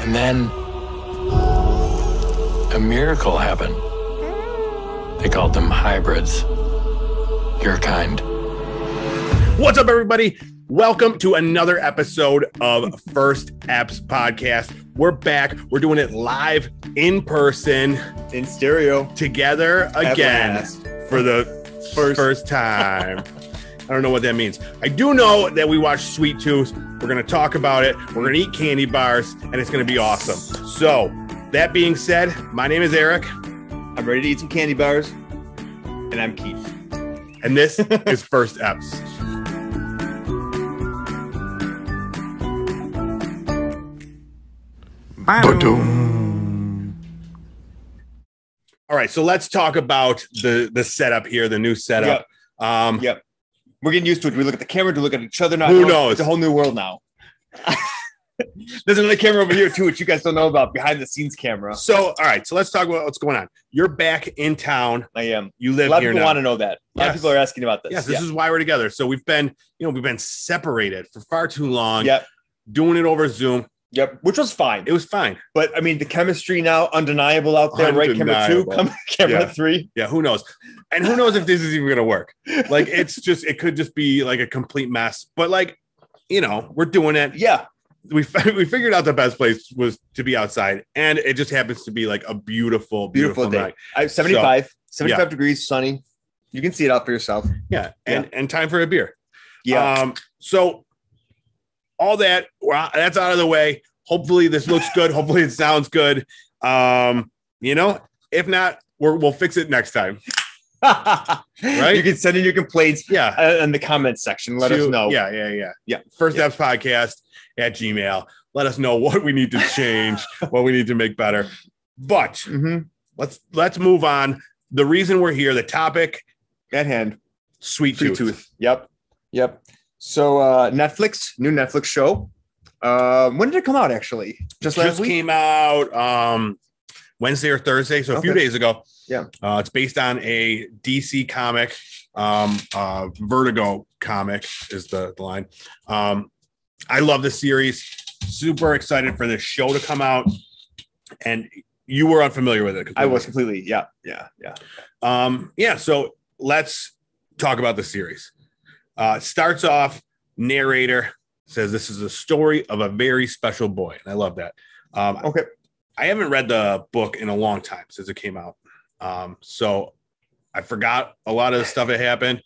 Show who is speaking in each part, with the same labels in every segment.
Speaker 1: And then a miracle happened. They called them hybrids. Your kind.
Speaker 2: What's up, everybody? Welcome to another episode of First Apps Podcast. We're back. We're doing it live in person
Speaker 3: in stereo
Speaker 2: together again
Speaker 3: last.
Speaker 2: for the first,
Speaker 3: First.
Speaker 2: time. I don't know what that means. I do know that we watched Sweet Tooth. We're going to talk about it. We're going to eat candy bars, and it's going to be awesome. So, that being said, my name is Eric,
Speaker 3: I'm ready to eat some candy bars, and I'm Keith.
Speaker 2: and this is First Apps. All right, so let's talk about the the setup here, the new setup. Um,
Speaker 3: Yep. We're getting used to it. We look at the camera, we look at each other now.
Speaker 2: Who knows?
Speaker 3: It's a whole new world now. There's another camera over here too, which you guys don't know about. Behind the scenes camera.
Speaker 2: So, all right, so let's talk about what's going on. You're back in town.
Speaker 3: I am.
Speaker 2: You
Speaker 3: A
Speaker 2: live
Speaker 3: lot of
Speaker 2: here
Speaker 3: people
Speaker 2: now.
Speaker 3: want to know that. A lot
Speaker 2: Yes.
Speaker 3: of people are asking about this.
Speaker 2: yes, this is why we're together. So we've been, you know, we've been separated for far too long.
Speaker 3: Yep.
Speaker 2: Doing it over Zoom,
Speaker 3: Yep. Which was fine.
Speaker 2: it was fine.
Speaker 3: But I mean, the chemistry now undeniable out there. Right, camera two,
Speaker 2: Undeniable.
Speaker 3: come, camera
Speaker 2: Yeah.
Speaker 3: three.
Speaker 2: Yeah, who knows? And who knows if this is even going to work? Like, it's just, it could just be like a complete mess. But like, you know, we're doing it.
Speaker 3: Yeah.
Speaker 2: we fi- we figured out the best place was to be outside, and it just happens to be like a beautiful, beautiful,
Speaker 3: Beautiful day.
Speaker 2: night.
Speaker 3: I, 75, 75 degrees, sunny. You can see it out for yourself.
Speaker 2: Yeah, and and time for a beer.
Speaker 3: Yeah.
Speaker 2: Um. So all that we're out- that's out of the way. Hopefully this looks good. Hopefully it sounds good. Um. You know, if not, we're, we'll fix it next time. Uh,
Speaker 3: right. You can send in your complaints.
Speaker 2: Yeah.
Speaker 3: uh, in the comments section. Let
Speaker 2: to-
Speaker 3: us know.
Speaker 2: Yeah, yeah, yeah.
Speaker 3: Yeah.
Speaker 2: First
Speaker 3: Yeah.
Speaker 2: Steps Podcast at Gmail. Let us know what we need to change, what we need to make better. But
Speaker 3: Mhm.
Speaker 2: let's let's move on. The reason we're here, the topic,
Speaker 3: At hand.
Speaker 2: sweet,
Speaker 3: Free
Speaker 2: tooth.
Speaker 3: tooth. Yep. Yep. So uh Netflix, new Netflix show. Um, when did it come out actually? Just last
Speaker 2: Just
Speaker 3: week?
Speaker 2: came out um Wednesday or Thursday, so a few
Speaker 3: Okay.
Speaker 2: days ago.
Speaker 3: Yeah.
Speaker 2: uh, it's based on a DC comic, um, uh, Vertigo comic is the, the line. Um, I love the series. Super excited for this show to come out, and you were unfamiliar with it.
Speaker 3: I
Speaker 2: completely.
Speaker 3: was completely, yeah, yeah, yeah.
Speaker 2: Um, yeah, so let's talk about the series. Uh, starts off narrator says this is a story of a very special boy, and I love that. Um,
Speaker 3: Okay.
Speaker 2: I haven't read the book in a long time since it came out, um, so I forgot a lot of the stuff that happened.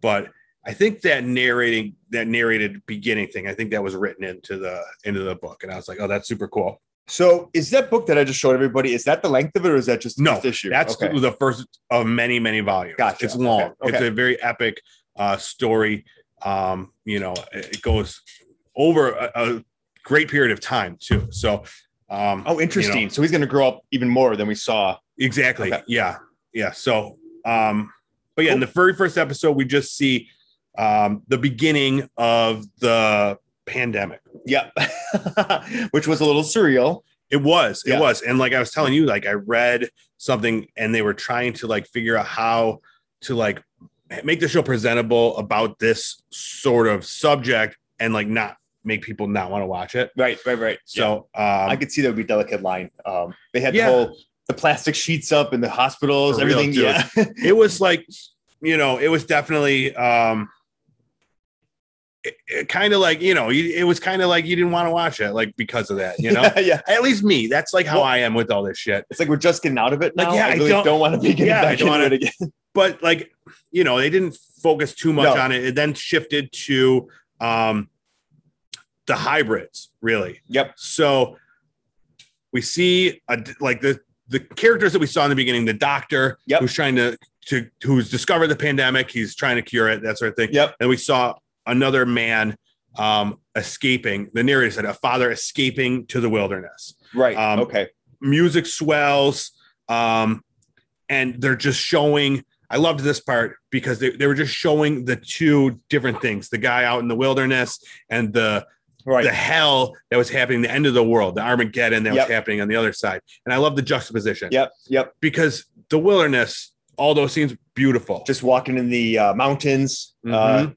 Speaker 2: But I think that narrating that narrated beginning thing, I think that was written into the into the book, and I was like, oh, that's super cool.
Speaker 3: So is that book that I just showed everybody? Is that the length of it or is that just
Speaker 2: No,
Speaker 3: this issue?
Speaker 2: That's
Speaker 3: okay.
Speaker 2: the first of many, many volumes.
Speaker 3: Gotcha.
Speaker 2: It's long.
Speaker 3: Okay.
Speaker 2: It's
Speaker 3: Okay.
Speaker 2: a very epic uh, story. Um, you know, it it goes over a, a great period of time too. So, um,
Speaker 3: oh interesting.
Speaker 2: you know.
Speaker 3: So he's gonna grow up even more than we saw.
Speaker 2: exactly.
Speaker 3: Okay.
Speaker 2: Yeah, yeah. So, um, but yeah, in the very first episode, we just see um, the beginning of the pandemic.
Speaker 3: Yep. Which was a little surreal.
Speaker 2: It was, it
Speaker 3: Yeah.
Speaker 2: was, and like I was telling you, like I read something, and they were trying to like figure out how to like make the show presentable about this sort of subject, and like not make people not want to watch it.
Speaker 3: Right, right, right. So
Speaker 2: So, um,
Speaker 3: I could see that would be a delicate line. Um, they had
Speaker 2: Yeah.
Speaker 3: the whole the plastic sheets up in the hospitals,
Speaker 2: For real,
Speaker 3: everything.
Speaker 2: dude.
Speaker 3: yeah.
Speaker 2: it was like, you know, it was definitely, um, it, kind of like you know, you, it was kind of like you didn't want to watch it, like because of that, you know.
Speaker 3: yeah, yeah.
Speaker 2: At least me, that's like how
Speaker 3: Well-
Speaker 2: I am with all this shit.
Speaker 3: It's like we're just getting out of it
Speaker 2: Like,
Speaker 3: now.
Speaker 2: yeah,
Speaker 3: I
Speaker 2: I
Speaker 3: really
Speaker 2: don't-
Speaker 3: don't, want to be getting
Speaker 2: yeah, I
Speaker 3: back
Speaker 2: don't
Speaker 3: into
Speaker 2: wanna-
Speaker 3: it again.
Speaker 2: but like you know they didn't focus too much
Speaker 3: No.
Speaker 2: on it it then shifted to um the hybrids really
Speaker 3: Yep.
Speaker 2: so we see a, like the the characters that we saw in the beginning the doctor
Speaker 3: Yep.
Speaker 2: who's trying to to who's discovered the pandemic he's trying to cure it that sort of thing
Speaker 3: Yep.
Speaker 2: and we saw another man um escaping the narrator said a father escaping to the wilderness
Speaker 3: Right.
Speaker 2: Um,
Speaker 3: okay.
Speaker 2: music swells um and they're just showing i loved this part because they, they were just showing the two different things the guy out in the wilderness and the
Speaker 3: Right.
Speaker 2: the hell that was happening the end of the world the armageddon that
Speaker 3: Yep.
Speaker 2: was happening on the other side and i love the juxtaposition
Speaker 3: Yep. Yep.
Speaker 2: because the wilderness all those scenes beautiful
Speaker 3: Just walking in the uh, mountains, uh,
Speaker 2: Mhm.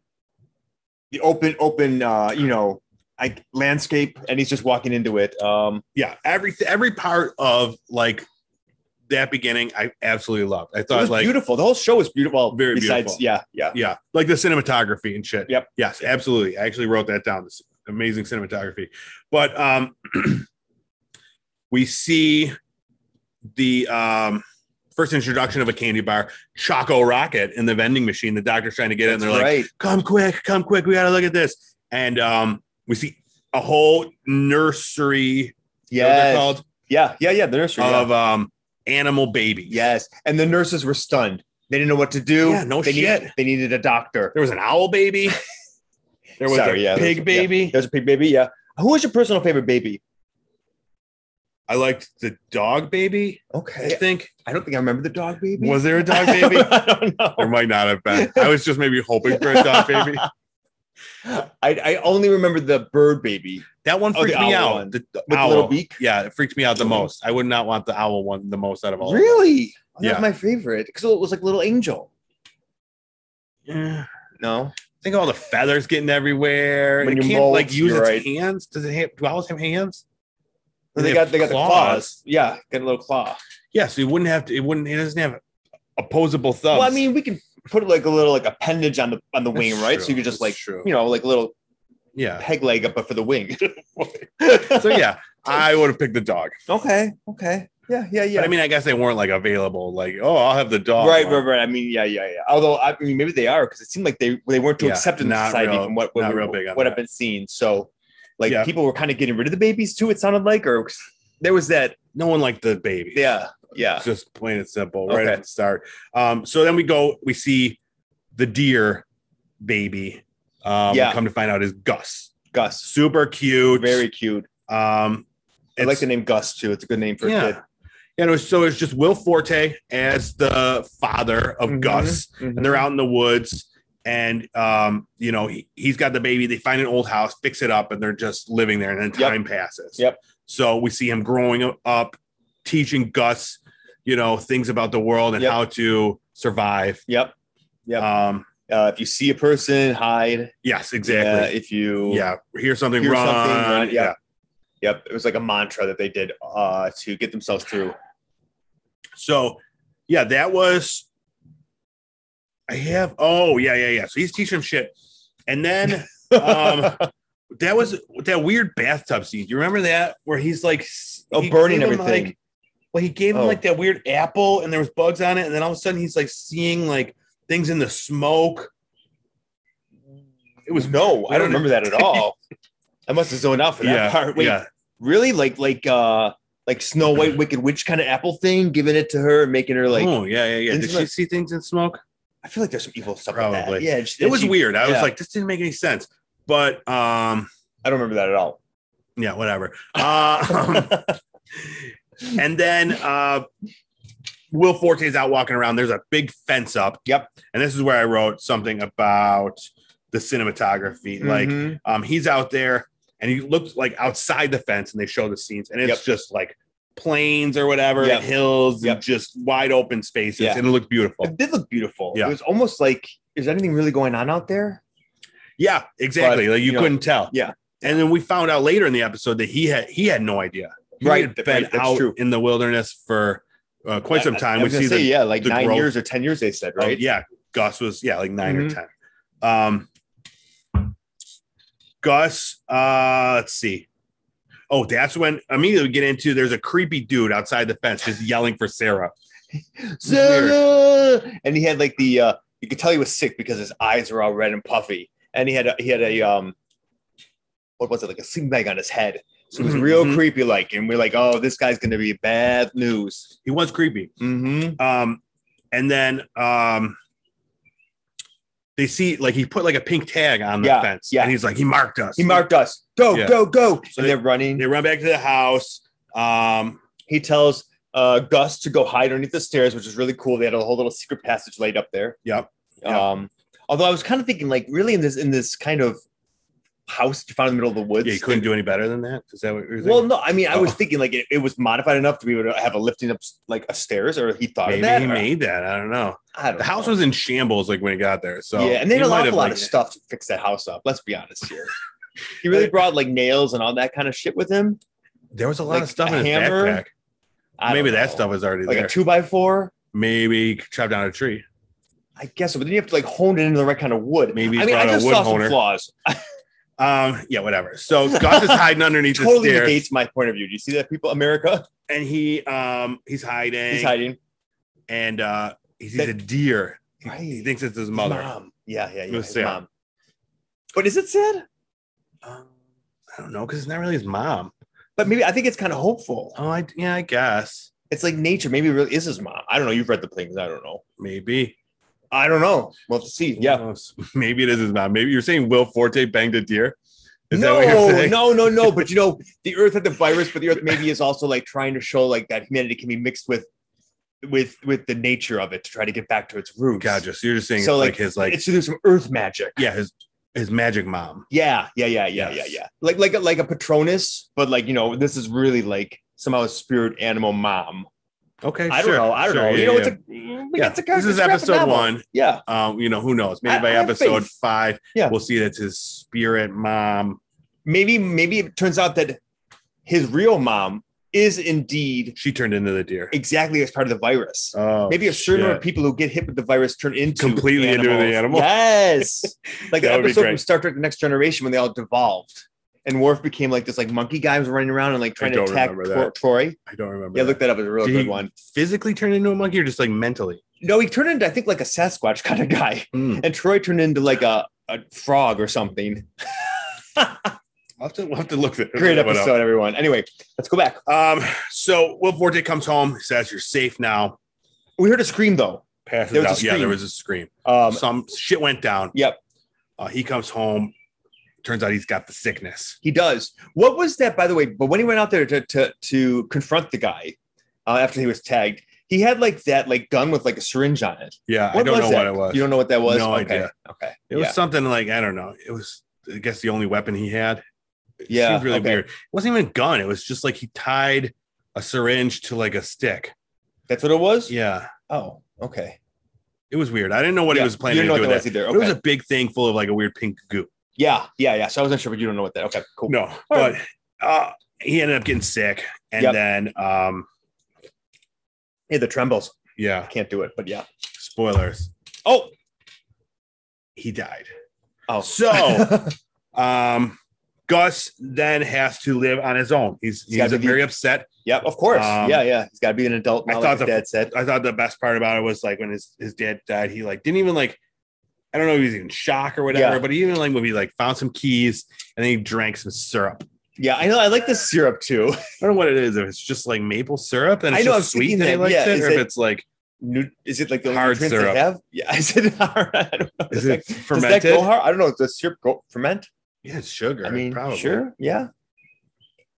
Speaker 3: the open, open, uh, you know, like landscape, and he's just walking into it. Um,
Speaker 2: yeah, every every part of like that beginning, I absolutely loved. I
Speaker 3: it
Speaker 2: thought
Speaker 3: was
Speaker 2: like
Speaker 3: beautiful. The whole show was beautiful.
Speaker 2: Very
Speaker 3: besides,
Speaker 2: beautiful.
Speaker 3: Yeah, yeah.
Speaker 2: yeah, like the cinematography and shit.
Speaker 3: Yep.
Speaker 2: Yes, absolutely. I actually wrote that down. This amazing cinematography. But um we see the um first introduction of a candy bar, Choco Rocket in the vending machine. The doctor's trying to get it, and
Speaker 3: That's
Speaker 2: they're like,
Speaker 3: right.
Speaker 2: come quick, come quick. We gotta look at this. And um we see a whole nursery you know what they're
Speaker 3: Yes.
Speaker 2: called,
Speaker 3: yeah, yeah, yeah. The nursery. yeah.
Speaker 2: of um animal babies.
Speaker 3: Yes, and the nurses were stunned. They didn't know what to do.
Speaker 2: Yeah, no
Speaker 3: they
Speaker 2: shit.
Speaker 3: Needed, they needed a doctor.
Speaker 2: There was an owl baby. There was
Speaker 3: Sorry,
Speaker 2: a
Speaker 3: yeah, there
Speaker 2: pig
Speaker 3: was- yeah.
Speaker 2: baby.
Speaker 3: There's a pig baby. Yeah. Who was your personal favorite baby?
Speaker 2: I liked the dog baby. I
Speaker 3: Okay,
Speaker 2: think
Speaker 3: I don't think I remember the dog baby.
Speaker 2: was there a dog
Speaker 3: I
Speaker 2: baby?
Speaker 3: don't know.
Speaker 2: there might not have been. I was just maybe hoping for a dog baby.
Speaker 3: I, I only remember the bird baby
Speaker 2: That one
Speaker 3: Oh, the
Speaker 2: freaked me
Speaker 3: owl
Speaker 2: out.
Speaker 3: one.
Speaker 2: The, the
Speaker 3: with
Speaker 2: owl.
Speaker 3: the little beak. Mm-hmm.
Speaker 2: Yeah, it freaked me out the most. I would not want the owl one the most out of all. of them.
Speaker 3: Really? Oh, That
Speaker 2: Yeah.
Speaker 3: was my favorite because it was like little angel.
Speaker 2: Yeah.
Speaker 3: No.
Speaker 2: Think of all the feathers getting everywhere.
Speaker 3: When
Speaker 2: it
Speaker 3: you
Speaker 2: can't
Speaker 3: molt,
Speaker 2: like use
Speaker 3: you're
Speaker 2: its
Speaker 3: right.
Speaker 2: hands. Does it have, do owls have hands?
Speaker 3: They,
Speaker 2: They
Speaker 3: got
Speaker 2: have
Speaker 3: they got the
Speaker 2: claws.
Speaker 3: claws. Yeah, got a little claw.
Speaker 2: Yeah, so it wouldn't have to. It wouldn't. It doesn't have opposable thumbs.
Speaker 3: Well, I mean, we can put like a little like appendage on the on the
Speaker 2: That's
Speaker 3: wing, right?
Speaker 2: true.
Speaker 3: So you could just
Speaker 2: That's
Speaker 3: like
Speaker 2: true.
Speaker 3: you know like a little
Speaker 2: yeah.
Speaker 3: peg leg up, but for the wing.
Speaker 2: So yeah, I would have picked the dog.
Speaker 3: Okay. Okay. Yeah. Yeah. Yeah.
Speaker 2: But I mean, I guess they weren't like available. Like, oh, I'll have the dog.
Speaker 3: right.
Speaker 2: one.
Speaker 3: Right. Right. I mean, yeah. Yeah. Yeah. Although I mean, maybe they are because it seemed like they they weren't too
Speaker 2: Yeah,
Speaker 3: accepted in
Speaker 2: not
Speaker 3: society
Speaker 2: real-
Speaker 3: from what what,
Speaker 2: not
Speaker 3: we-
Speaker 2: real big on
Speaker 3: what
Speaker 2: that.
Speaker 3: I've been seeing. So, like
Speaker 2: Yeah.
Speaker 3: people were kind of getting rid of the babies too. It sounded like, or there was that.
Speaker 2: No one liked the baby.
Speaker 3: Yeah. Yeah.
Speaker 2: It's just plain and simple right
Speaker 3: Okay.
Speaker 2: at the start um so then we go we see the deer baby um
Speaker 3: Yeah.
Speaker 2: come to find out is gus
Speaker 3: Gus.
Speaker 2: super cute
Speaker 3: Very cute.
Speaker 2: um
Speaker 3: I like
Speaker 2: it's-
Speaker 3: the name Gus too. It's a good name for
Speaker 2: yeah
Speaker 3: a kid.
Speaker 2: and it was, so it's just will forte as the father of
Speaker 3: Mhm.
Speaker 2: gus
Speaker 3: Mhm.
Speaker 2: and they're out in the woods and um you know he, he's got the baby they find an old house fix it up and they're just living there and then
Speaker 3: Yep.
Speaker 2: time passes
Speaker 3: Yep.
Speaker 2: so we see him growing up teaching gus you know things about the world and
Speaker 3: Yep.
Speaker 2: how to survive
Speaker 3: Yep. Yep.
Speaker 2: um
Speaker 3: Uh, if you see a person, hide.
Speaker 2: yes
Speaker 3: Uh,
Speaker 2: exactly
Speaker 3: if you
Speaker 2: yeah, hear something
Speaker 3: hear
Speaker 2: wrong
Speaker 3: something, run.
Speaker 2: yeah.
Speaker 3: Yeah. Yep. It was like a mantra that they did uh, to get themselves through.
Speaker 2: so yeah that was i have oh yeah yeah yeah so he's teaching him shit and then um that was that weird bathtub scene. Do you remember that where he's like, s-
Speaker 3: Oh,
Speaker 2: he
Speaker 3: burning
Speaker 2: gave him,
Speaker 3: everything.
Speaker 2: like- well, he gave him
Speaker 3: Oh.
Speaker 2: like that weird apple, and there was bugs on it, and then all of a sudden he's like seeing like things in the smoke. It was
Speaker 3: no, I
Speaker 2: Wait a
Speaker 3: don't remember that at all. I must have zoned out for that
Speaker 2: yeah,
Speaker 3: part. Wait,
Speaker 2: yeah,
Speaker 3: really? Like like uh like Snow White Wicked Witch kind of apple thing, giving it to her and making her like
Speaker 2: Mm. oh yeah, yeah, yeah.
Speaker 3: Didn't
Speaker 2: Did
Speaker 3: you
Speaker 2: she
Speaker 3: like-
Speaker 2: see things in smoke?
Speaker 3: I feel like there's some evil stuff. With that.
Speaker 2: Probably.
Speaker 3: Yeah,
Speaker 2: It was
Speaker 3: she-
Speaker 2: weird. I was
Speaker 3: yeah.
Speaker 2: like, this didn't make any sense. But um,
Speaker 3: I don't remember that at all.
Speaker 2: yeah, whatever. Uh, and then uh, Will Forte's out walking around. There's a big fence up.
Speaker 3: Yep.
Speaker 2: And this is where I wrote something about the cinematography. Like
Speaker 3: Mhm.
Speaker 2: um, he's out there and he looks like outside the fence and they show the scenes and it's
Speaker 3: Yep.
Speaker 2: just like plains or whatever
Speaker 3: Yep.
Speaker 2: and hills
Speaker 3: Yep.
Speaker 2: and just wide open spaces
Speaker 3: Yeah.
Speaker 2: and it looked beautiful.
Speaker 3: it did look beautiful.
Speaker 2: Yeah.
Speaker 3: It was almost like is anything really going on out there?
Speaker 2: Yeah, exactly. like you,
Speaker 3: you know,
Speaker 2: couldn't tell.
Speaker 3: yeah.
Speaker 2: And then we found out later in the episode that he had he had no idea. He
Speaker 3: Right,
Speaker 2: had
Speaker 3: th-
Speaker 2: been
Speaker 3: right, that's
Speaker 2: out
Speaker 3: true.
Speaker 2: in the wilderness for uh, quite some time.
Speaker 3: I, I was
Speaker 2: we
Speaker 3: gonna
Speaker 2: see
Speaker 3: say,
Speaker 2: the
Speaker 3: yeah, like
Speaker 2: the
Speaker 3: nine
Speaker 2: growth.
Speaker 3: years or ten years they said,
Speaker 2: Oh,
Speaker 3: right?
Speaker 2: yeah, Gus was yeah, like 9
Speaker 3: Mhm.
Speaker 2: or ten. Um, Gus, uh, let's see. Oh, that's when immediately we get into. There's a creepy dude outside the fence just yelling for Sarah.
Speaker 3: Zilla! And he had like the uh you could tell he was sick because his eyes were all red and puffy. And he had a he had a um what was it like a sleeping bag on his head. So it was
Speaker 2: Mhm,
Speaker 3: real
Speaker 2: mhm.
Speaker 3: creepy like and we're like, oh this guy's gonna be bad news.
Speaker 2: He was creepy.
Speaker 3: Mm-hmm.
Speaker 2: Um, and then um, they see like he put like a pink tag on the
Speaker 3: Yeah,
Speaker 2: fence.
Speaker 3: yeah.
Speaker 2: and he's like he marked us.
Speaker 3: He marked us. Go,
Speaker 2: Yeah.
Speaker 3: go,
Speaker 2: So
Speaker 3: go. and
Speaker 2: they-
Speaker 3: they're running.
Speaker 2: They run back to the house. Um,
Speaker 3: he tells uh Gus to go hide underneath the stairs, which is really cool. They had a whole little secret passage laid up there.
Speaker 2: Yep. Yep.
Speaker 3: Um although I was kind of thinking like really in this in this kind of house that you found in the middle of the woods.
Speaker 2: yeah, he couldn't do any better than that. Is that what you're
Speaker 3: Well,
Speaker 2: thinking?
Speaker 3: no, I mean, I was
Speaker 2: Oh.
Speaker 3: thinking like it, it was modified enough to be able to have a lifting up like a stairs, or he thought
Speaker 2: maybe
Speaker 3: of that.
Speaker 2: he
Speaker 3: or-
Speaker 2: made that. I don't know.
Speaker 3: I don't
Speaker 2: The house
Speaker 3: know.
Speaker 2: was in shambles like when he got there. So
Speaker 3: yeah, and they
Speaker 2: he
Speaker 3: had a
Speaker 2: might
Speaker 3: lot,
Speaker 2: have,
Speaker 3: a lot
Speaker 2: like-
Speaker 3: of stuff to fix that house up. Let's be honest here. He really brought like nails and all that kind of shit with him.
Speaker 2: There was a lot
Speaker 3: Like
Speaker 2: of stuff
Speaker 3: a
Speaker 2: in his
Speaker 3: hammer?
Speaker 2: backpack.
Speaker 3: I don't
Speaker 2: Maybe that
Speaker 3: know.
Speaker 2: stuff is already
Speaker 3: like
Speaker 2: there.
Speaker 3: a two by four.
Speaker 2: Maybe he chopped down a tree.
Speaker 3: I guess, so, but then you have to like hone it into the right kind of wood.
Speaker 2: Maybe
Speaker 3: I
Speaker 2: he's
Speaker 3: mean, I
Speaker 2: brought a
Speaker 3: just
Speaker 2: wood
Speaker 3: saw some
Speaker 2: honer.
Speaker 3: flaws.
Speaker 2: Um, yeah, whatever. So Gus is hiding underneath the
Speaker 3: totally
Speaker 2: stairs,
Speaker 3: negates my point of view. Do you see that, people? America,
Speaker 2: and he um he's hiding,
Speaker 3: he's hiding.
Speaker 2: and uh he sees
Speaker 3: That-
Speaker 2: a deer.
Speaker 3: Right,
Speaker 2: He thinks it's his mother.
Speaker 3: mom. Yeah, yeah, yeah.
Speaker 2: was
Speaker 3: his
Speaker 2: sad.
Speaker 3: mom. But is it sad?
Speaker 2: Um, I don't know because it's not really his mom.
Speaker 3: But maybe I think it's kind of hopeful.
Speaker 2: Oh, I, yeah, I guess
Speaker 3: It's like nature. Maybe it really is his mom. I don't know. You've read the things. I don't know.
Speaker 2: maybe.
Speaker 3: I don't know. We'll have to see.
Speaker 2: Who
Speaker 3: Yeah.
Speaker 2: knows? maybe it is his mom. Maybe you're saying Will Forte banged a deer. Is that
Speaker 3: no,
Speaker 2: what you're saying?
Speaker 3: no, no, no. But you know, the Earth had the virus, but the Earth maybe is also like trying to show like that humanity can be mixed with, with, with the nature of it to try to get back to its roots.
Speaker 2: Gotcha. So you're just saying
Speaker 3: So,
Speaker 2: it's like,
Speaker 3: like,
Speaker 2: his like
Speaker 3: it's there's some Earth magic.
Speaker 2: yeah his his magic mom.
Speaker 3: Yeah, yeah, yeah, yeah,
Speaker 2: Yes.
Speaker 3: yeah, yeah. Like like a, like a Patronus, but like you know, this is really like somehow a spirit animal mom.
Speaker 2: Okay,
Speaker 3: I don't know. I don't know. you know, it's a
Speaker 2: yeah.
Speaker 3: it's a
Speaker 2: this is
Speaker 3: it's a graphic
Speaker 2: episode
Speaker 3: novel.
Speaker 2: one.
Speaker 3: Yeah,
Speaker 2: Um, you know who knows? Maybe
Speaker 3: I-
Speaker 2: by
Speaker 3: I have
Speaker 2: episode
Speaker 3: faith.
Speaker 2: five,
Speaker 3: Yeah.
Speaker 2: we'll see that's his spirit mom.
Speaker 3: maybe maybe it turns out that his real mom is indeed
Speaker 2: She turned into the deer.
Speaker 3: exactly as part of the virus.
Speaker 2: Oh,
Speaker 3: Maybe a certain number
Speaker 2: shit.
Speaker 3: of people who get hit with the virus turn into
Speaker 2: Completely into the
Speaker 3: animals.
Speaker 2: animal?
Speaker 3: Yes, like the
Speaker 2: That would be
Speaker 3: episode
Speaker 2: great.
Speaker 3: from Star Trek: The Next Generation when they all devolved, and Worf became like this like monkey guy who was running around and like trying to
Speaker 2: don't
Speaker 3: attack
Speaker 2: remember
Speaker 3: Tro-
Speaker 2: that.
Speaker 3: Troy.
Speaker 2: I don't remember.
Speaker 3: Yeah, look that up. It's a really
Speaker 2: Did
Speaker 3: good
Speaker 2: he-
Speaker 3: one.
Speaker 2: Physically turned into a monkey or just like mentally?
Speaker 3: No, he turned into I think like a Sasquatch kind of guy,
Speaker 2: Mm.
Speaker 3: and Troy turned into like a, a frog or something.
Speaker 2: I'll have to, we'll have to look that
Speaker 3: Great
Speaker 2: that one up.
Speaker 3: episode, everyone. Anyway, let's go back.
Speaker 2: Um, so Will Forte comes home, says you're safe now.
Speaker 3: We heard a scream though.
Speaker 2: Passes
Speaker 3: There was a
Speaker 2: out. Yeah, there
Speaker 3: scream.
Speaker 2: was a scream.
Speaker 3: Um,
Speaker 2: Some shit went down.
Speaker 3: Yep.
Speaker 2: Uh, he comes home. Turns out he's got the sickness.
Speaker 3: he does. What was that, by the way? But when he went out there to to, to confront the guy uh, after he was tagged, he had like that like gun with like a syringe on it.
Speaker 2: Yeah,
Speaker 3: What
Speaker 2: I don't
Speaker 3: was
Speaker 2: know
Speaker 3: that?
Speaker 2: what it was.
Speaker 3: You don't know what that was?
Speaker 2: No
Speaker 3: okay.
Speaker 2: idea.
Speaker 3: Okay.
Speaker 2: It was
Speaker 3: yeah.
Speaker 2: something like I don't know. It was I guess the only weapon he had. It
Speaker 3: Yeah,
Speaker 2: seemed really
Speaker 3: okay.
Speaker 2: weird. It wasn't even a gun. It was just like he tied a syringe to like a stick.
Speaker 3: That's what it was.
Speaker 2: Yeah,
Speaker 3: Oh. Okay.
Speaker 2: it was weird. I didn't know what he
Speaker 3: Yeah,
Speaker 2: was
Speaker 3: you
Speaker 2: planning
Speaker 3: didn't
Speaker 2: to do with
Speaker 3: know what
Speaker 2: that.
Speaker 3: that was either.
Speaker 2: But It was
Speaker 3: Okay.
Speaker 2: a big thing full of like a weird pink goo.
Speaker 3: yeah. Yeah. Yeah. So I wasn't sure, but you don't know what that. Okay. Cool.
Speaker 2: No, but uh, he ended up getting sick, and
Speaker 3: Yep.
Speaker 2: then um,
Speaker 3: Hey, the trembles.
Speaker 2: yeah,
Speaker 3: Can't do it. But yeah.
Speaker 2: spoilers.
Speaker 3: Oh.
Speaker 2: He died.
Speaker 3: Oh.
Speaker 2: So- Um, Gus then has to live on his own. He's
Speaker 3: He's gotta
Speaker 2: he's
Speaker 3: be-
Speaker 2: very upset
Speaker 3: Yep, of course.
Speaker 2: Um,
Speaker 3: yeah, yeah. He's got to be an adult.
Speaker 2: I
Speaker 3: Now, I
Speaker 2: thought
Speaker 3: thought like
Speaker 2: the-
Speaker 3: his dad said.
Speaker 2: I thought the best part about it was like when his, his dad died, he like didn't even like I don't know if he was in shock or whatever,
Speaker 3: Yeah.
Speaker 2: but he even like when he like found some keys and then he drank some syrup.
Speaker 3: Yeah, I know. I like the syrup too.
Speaker 2: I don't know what it is, if it's just like maple syrup and
Speaker 3: I
Speaker 2: it's
Speaker 3: know, I was
Speaker 2: just sweet
Speaker 3: thinking
Speaker 2: that, he
Speaker 3: that,
Speaker 2: likes
Speaker 3: yeah,
Speaker 2: it,
Speaker 3: is
Speaker 2: or if
Speaker 3: it-
Speaker 2: it's like
Speaker 3: Nu- Is it like the only
Speaker 2: Hard
Speaker 3: nutrients
Speaker 2: syrup.
Speaker 3: they have? Yeah, is it hard? I don't know.
Speaker 2: is
Speaker 3: Does
Speaker 2: it
Speaker 3: that- Does that
Speaker 2: fermented?
Speaker 3: go hard? I don't know. Does syrup go ferment?
Speaker 2: Yeah, it's sugar.
Speaker 3: I mean,
Speaker 2: probably.
Speaker 3: sure. Yeah.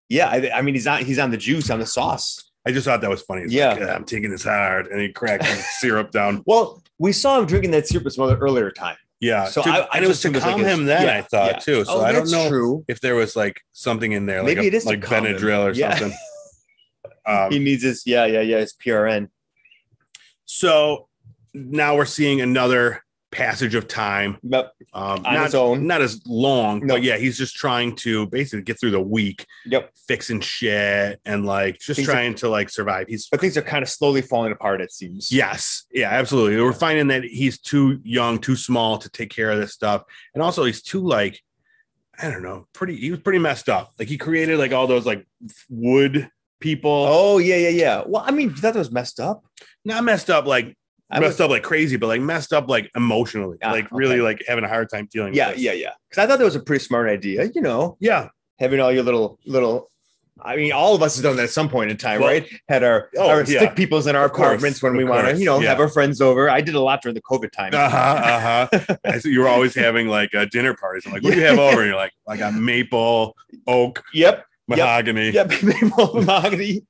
Speaker 3: Yeah, I, I mean, he's on. He's on the juice, on the sauce.
Speaker 2: I just thought that was funny. He's
Speaker 3: Yeah.
Speaker 2: like, I'm taking this hard, and he cracked the syrup down.
Speaker 3: Well, we saw him drinking that syrup with some other earlier time.
Speaker 2: Yeah,
Speaker 3: So
Speaker 2: to-
Speaker 3: I- I
Speaker 2: and it was
Speaker 3: just
Speaker 2: to
Speaker 3: assumed it was like
Speaker 2: calm
Speaker 3: his-
Speaker 2: him then.
Speaker 3: yeah,
Speaker 2: I thought
Speaker 3: yeah.
Speaker 2: too. So I don't know
Speaker 3: Oh, True.
Speaker 2: if there was like something in there, like
Speaker 3: Maybe
Speaker 2: a-
Speaker 3: it is to
Speaker 2: like
Speaker 3: calm him.
Speaker 2: Benadryl or
Speaker 3: Yeah.
Speaker 2: something. Um,
Speaker 3: he needs his. Yeah, yeah, yeah. His PRN.
Speaker 2: So now we're seeing another passage of time.
Speaker 3: But
Speaker 2: Um,
Speaker 3: On
Speaker 2: not,
Speaker 3: his own.
Speaker 2: not as long,
Speaker 3: No.
Speaker 2: but yeah, he's just trying to basically get through the week,
Speaker 3: yep.
Speaker 2: fixing shit and like just
Speaker 3: Things are-
Speaker 2: trying to like survive. He's
Speaker 3: But things are kind of slowly falling apart. It seems.
Speaker 2: yes, yeah, absolutely. We're finding that he's too young, too small to take care of this stuff, and also he's too like I don't know, pretty. He was pretty messed up. Like he created like all those like wood people,
Speaker 3: Oh yeah, yeah, yeah. Well, I mean, that was messed up.
Speaker 2: not messed up like
Speaker 3: I was-
Speaker 2: messed up like crazy, but like messed up like emotionally,
Speaker 3: Ah,
Speaker 2: like really
Speaker 3: okay.
Speaker 2: like having a hard time dealing.
Speaker 3: yeah,
Speaker 2: with this.
Speaker 3: yeah, yeah. Because I thought that was a pretty smart idea. You know,
Speaker 2: yeah.
Speaker 3: having all your little little. I mean, all of us have done that at some point in time,
Speaker 2: Well-
Speaker 3: right? Had our
Speaker 2: Oh,
Speaker 3: our
Speaker 2: yeah.
Speaker 3: stick peoples in our
Speaker 2: Of course,
Speaker 3: apartments when we
Speaker 2: of
Speaker 3: want to,
Speaker 2: course,
Speaker 3: you know,
Speaker 2: yeah.
Speaker 3: have our friends over. I did a lot during the COVID time.
Speaker 2: Uh huh. Uh huh. I see you were always having like uh, dinner parties. I'm like, what do you have over? And you're like, I got maple, oak,
Speaker 3: yep,
Speaker 2: mahogany.
Speaker 3: yep, maple mahogany.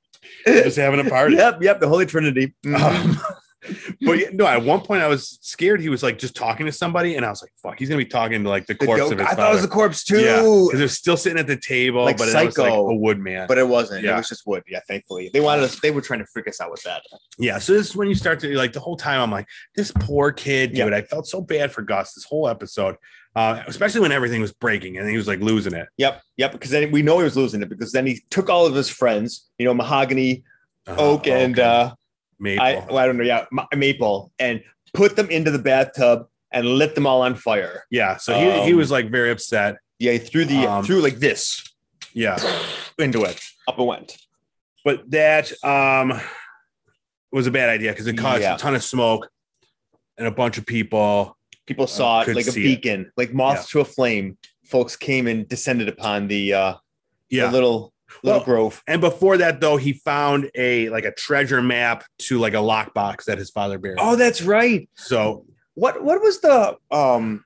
Speaker 2: Just having a party.
Speaker 3: Yep, yep, the Holy Trinity. Mhm.
Speaker 2: Um, but yeah, no, at one point I was scared. He was like just talking to somebody, and I was like, "Fuck, he's gonna be talking to like the
Speaker 3: The
Speaker 2: corpse
Speaker 3: goat-
Speaker 2: of his
Speaker 3: I
Speaker 2: father."
Speaker 3: thought it was the corpse too,
Speaker 2: Yeah, 'Cause they're still sitting at the table,
Speaker 3: Like
Speaker 2: but it was like
Speaker 3: Psycho.
Speaker 2: a wood man.
Speaker 3: but it wasn't.
Speaker 2: Yeah.
Speaker 3: It was just wood. Yeah, thankfully they wanted us. They were trying to freak us out with that.
Speaker 2: yeah, so this is when you start to like the whole time. I'm like, this poor kid,
Speaker 3: Yeah.
Speaker 2: dude. I felt so bad for Gus this whole episode. uh, especially when everything was breaking and he was like losing it.
Speaker 3: Yep, yep. Because then we know he was losing it because then he took all of his friends, you know, Mahogany,
Speaker 2: Uh,
Speaker 3: Oak, and
Speaker 2: okay.
Speaker 3: uh,
Speaker 2: Maple.
Speaker 3: I, well, I don't know, yeah, Ma- Maple, and put them into the bathtub and lit them all on fire.
Speaker 2: yeah, so he, he
Speaker 3: Um,
Speaker 2: was like very upset.
Speaker 3: Yeah, he threw the
Speaker 2: Um,
Speaker 3: threw like this
Speaker 2: Yeah,
Speaker 3: into it. Up it went.
Speaker 2: but that um was a bad idea because it caused
Speaker 3: Yeah.
Speaker 2: a ton of smoke and a bunch of people.
Speaker 3: People saw it
Speaker 2: could
Speaker 3: like a
Speaker 2: see it.
Speaker 3: beacon, like moths to a flame. Folks came and descended upon the uh,
Speaker 2: Yeah,
Speaker 3: the little little
Speaker 2: Well,
Speaker 3: grove.
Speaker 2: and before that though, he found a like a treasure map to like a lockbox that his father buried.
Speaker 3: Oh, that's right.
Speaker 2: so
Speaker 3: What what was the um?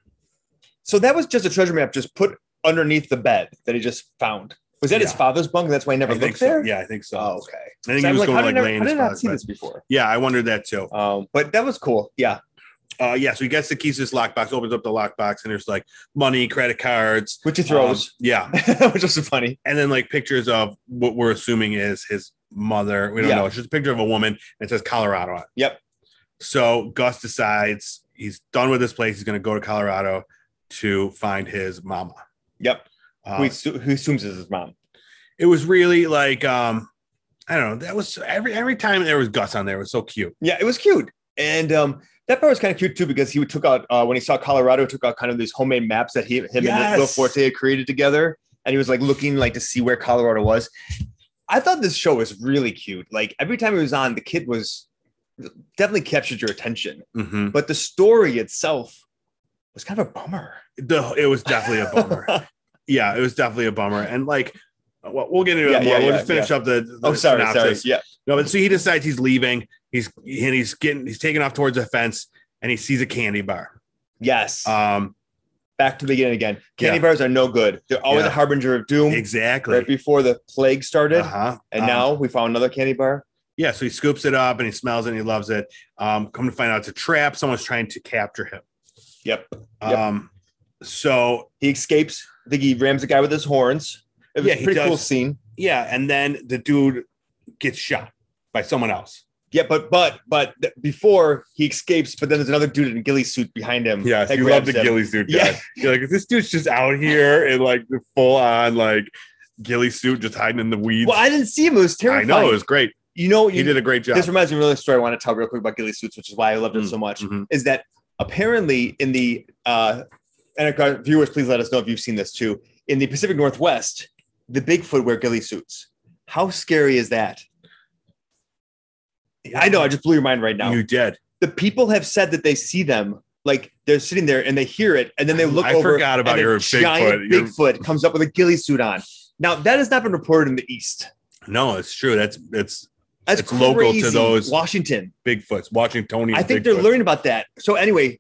Speaker 3: So that was just a treasure map, just put underneath the bed that he just found. Was that his
Speaker 2: Yeah.
Speaker 3: father's bunk? That's why he never
Speaker 2: I think
Speaker 3: looked
Speaker 2: so.
Speaker 3: there.
Speaker 2: Yeah, I think so.
Speaker 3: Oh, okay.
Speaker 2: I think he
Speaker 3: So I'm
Speaker 2: was going
Speaker 3: how did I
Speaker 2: like
Speaker 3: never-
Speaker 2: laying
Speaker 3: how did I
Speaker 2: his
Speaker 3: not
Speaker 2: father's
Speaker 3: see
Speaker 2: bed.
Speaker 3: this before?
Speaker 2: Yeah, I wondered that too.
Speaker 3: Um, but that was cool. Yeah.
Speaker 2: Uh, yeah, so he gets the keys to this lockbox, opens up the lockbox, and there's like money, credit cards,
Speaker 3: Which he throws,
Speaker 2: Um, yeah,
Speaker 3: which was funny.
Speaker 2: and then like pictures of what we're assuming is his mother. We don't
Speaker 3: Yeah.
Speaker 2: know. It's just a picture of a woman, and it says Colorado on it.
Speaker 3: Yep.
Speaker 2: So Gus decides he's done with this place. He's going to go to Colorado to find his mama.
Speaker 3: Yep.
Speaker 2: Uh,
Speaker 3: who, assu- who assumes is his mom.
Speaker 2: it was really like um, I don't know. That was every every time there was Gus on there, it was so cute.
Speaker 3: Yeah, it was cute. And um, that part was kind of cute too because he took out uh, when he saw Colorado, he took out kind of these homemade maps that he him and Will
Speaker 2: Yes.
Speaker 3: Forte had created together, and he was like looking like to see where Colorado was. I thought this show was really cute. Like every time he was on, the kid was definitely captured your attention,
Speaker 2: Mhm.
Speaker 3: but the story itself was kind of a bummer.
Speaker 2: The, it was definitely a bummer. yeah, it was definitely a bummer. And like, well, we'll get into
Speaker 3: Yeah,
Speaker 2: it more.
Speaker 3: yeah,
Speaker 2: we'll
Speaker 3: yeah,
Speaker 2: just finish up the. the
Speaker 3: oh, sorry,
Speaker 2: synopsis.
Speaker 3: sorry. Yeah,
Speaker 2: No, but so he decides he's leaving. He's and he's getting he's taking off towards the fence, and he sees a candy bar.
Speaker 3: yes.
Speaker 2: Um,
Speaker 3: Back to the beginning again. Candy
Speaker 2: Yeah.
Speaker 3: bars are no good. They're always
Speaker 2: Yeah.
Speaker 3: a harbinger of doom.
Speaker 2: exactly.
Speaker 3: Right before the plague started,
Speaker 2: Uh-huh.
Speaker 3: and
Speaker 2: Um,
Speaker 3: now we found another candy bar.
Speaker 2: yeah, so he scoops it up and he smells it and he loves it. Um, come to find out, it's a trap. Someone's trying to capture him.
Speaker 3: Yep. Yep.
Speaker 2: Um, so
Speaker 3: He escapes. I think he rams the guy with his horns. It was
Speaker 2: Yeah,
Speaker 3: a
Speaker 2: he
Speaker 3: pretty cool
Speaker 2: does.
Speaker 3: scene.
Speaker 2: yeah, and then the dude gets shot by someone else.
Speaker 3: Yeah, but but but th- before he escapes, but then there's another dude in a ghillie suit behind him. that grabs him.
Speaker 2: Gillies dude.
Speaker 3: Yeah.
Speaker 2: guy. You're like, this dude's just out here in like the full on like ghillie suit, just hiding in the weeds.
Speaker 3: Well, I didn't see him. It was
Speaker 2: I
Speaker 3: terrifying.
Speaker 2: know it was great.
Speaker 3: you know,
Speaker 2: He did a great job.
Speaker 3: This reminds me of another story I want to tell real quick about ghillie suits, which is why I loved it
Speaker 2: Mm,
Speaker 3: so much.
Speaker 2: mhm.
Speaker 3: Is that apparently in the uh, and of course, viewers, please let us know if you've seen this too. In the Pacific Northwest, the Bigfoot wear ghillie suits. How scary is that? I know. I just blew your mind right now.
Speaker 2: You did.
Speaker 3: the people have said that they see them like they're sitting there and they hear it and then they look
Speaker 2: I
Speaker 3: over
Speaker 2: forgot about
Speaker 3: and a
Speaker 2: your
Speaker 3: giant
Speaker 2: Bigfoot. Your-
Speaker 3: bigfoot comes up with a ghillie suit on now that has not been reported in the east
Speaker 2: No, it's true. That's it's
Speaker 3: that's
Speaker 2: It's local to
Speaker 3: crazy.
Speaker 2: those-
Speaker 3: washington
Speaker 2: Bigfoot's watching Tony.
Speaker 3: i think they're learning about that so anyway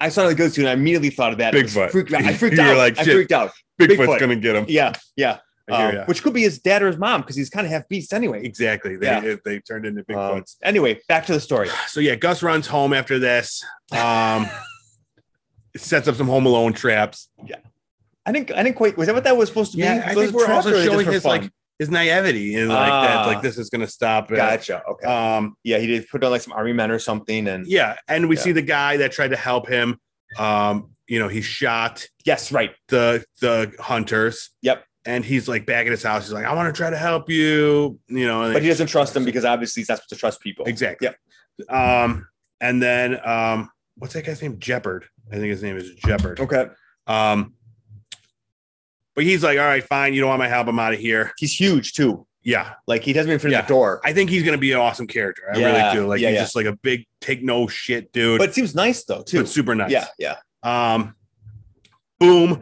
Speaker 3: i saw the ghillie suit and i immediately thought of that It was
Speaker 2: Bigfoot.
Speaker 3: freaked- i freaked
Speaker 2: You were
Speaker 3: out
Speaker 2: like,
Speaker 3: i
Speaker 2: "Shit,
Speaker 3: freaked out
Speaker 2: Bigfoot's
Speaker 3: Bigfoot.
Speaker 2: gonna get him.
Speaker 3: yeah yeah
Speaker 2: I
Speaker 3: Um,
Speaker 2: hear ya.
Speaker 3: which could be his dad or his mom because he's kind of half beast anyway
Speaker 2: Exactly. They
Speaker 3: Yeah.
Speaker 2: they turned into
Speaker 3: Um,
Speaker 2: Bigfoots.
Speaker 3: anyway back to the story
Speaker 2: so yeah, Gus runs home after this. Um, sets up some Home Alone traps.
Speaker 3: i didn't i didn't quite was that what that was supposed to be
Speaker 2: Yeah, I
Speaker 3: Those
Speaker 2: think we're
Speaker 3: traps
Speaker 2: also
Speaker 3: or just
Speaker 2: showing
Speaker 3: for
Speaker 2: his,
Speaker 3: fun?
Speaker 2: like, His naivety and like
Speaker 3: Ah.
Speaker 2: that, like this is gonna stop it.
Speaker 3: gotcha okay
Speaker 2: Um,
Speaker 3: yeah, he did put on like some army men or something, and
Speaker 2: yeah, and we
Speaker 3: Yeah.
Speaker 2: see the guy that tried to help him. Um, you know, he shot
Speaker 3: yes, right,
Speaker 2: the the hunters.
Speaker 3: Yep.
Speaker 2: And he's like back at his house. He's like, I want to try to help you. You know, and
Speaker 3: but he doesn't trust them because obviously he's not supposed to trust people.
Speaker 2: Exactly. Um, and then um, what's that guy's name? Jeopard. I think his name is Jeopard.
Speaker 3: Okay,
Speaker 2: Um, but he's like, all right, fine. You don't want my help. I'm out of here.
Speaker 3: he's huge too.
Speaker 2: Yeah,
Speaker 3: Like he doesn't even fit in
Speaker 2: Yeah.
Speaker 3: the door.
Speaker 2: I think he's gonna be an awesome character. I
Speaker 3: Yeah,
Speaker 2: really do. Like
Speaker 3: yeah,
Speaker 2: he's
Speaker 3: yeah.
Speaker 2: just like a big take no shit dude.
Speaker 3: But it seems nice though too.
Speaker 2: but super nice.
Speaker 3: Yeah, yeah.
Speaker 2: Um, boom.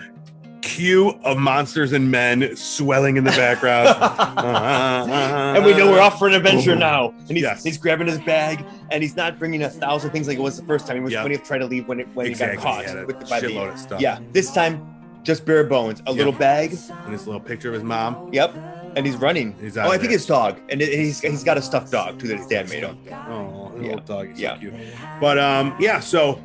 Speaker 2: Cue of monsters and men swelling in the background. Uh-huh.
Speaker 3: and we know we're off for an adventure now. And he's,
Speaker 2: uh, Yes.
Speaker 3: he's grabbing his bag and he's not bringing a thousand things like it was the first time. He was
Speaker 2: Yeah.
Speaker 3: when he tried to leave when it when
Speaker 2: Exactly.
Speaker 3: he got
Speaker 2: He
Speaker 3: caught
Speaker 2: had a
Speaker 3: with the, by the
Speaker 2: shitload of stuff.
Speaker 3: yeah. This time, just bare bones, a little bag.
Speaker 2: And this little picture of his mom.
Speaker 3: Yep, and he's running.
Speaker 2: He's
Speaker 3: oh,
Speaker 2: out
Speaker 3: I
Speaker 2: of
Speaker 3: think
Speaker 2: there.
Speaker 3: his dog, and it- he's he's got a stuffed dog too that his dad made him.
Speaker 2: Oh,
Speaker 3: Yeah.
Speaker 2: little dog. He's
Speaker 3: Yeah.
Speaker 2: so cute. But um, yeah, so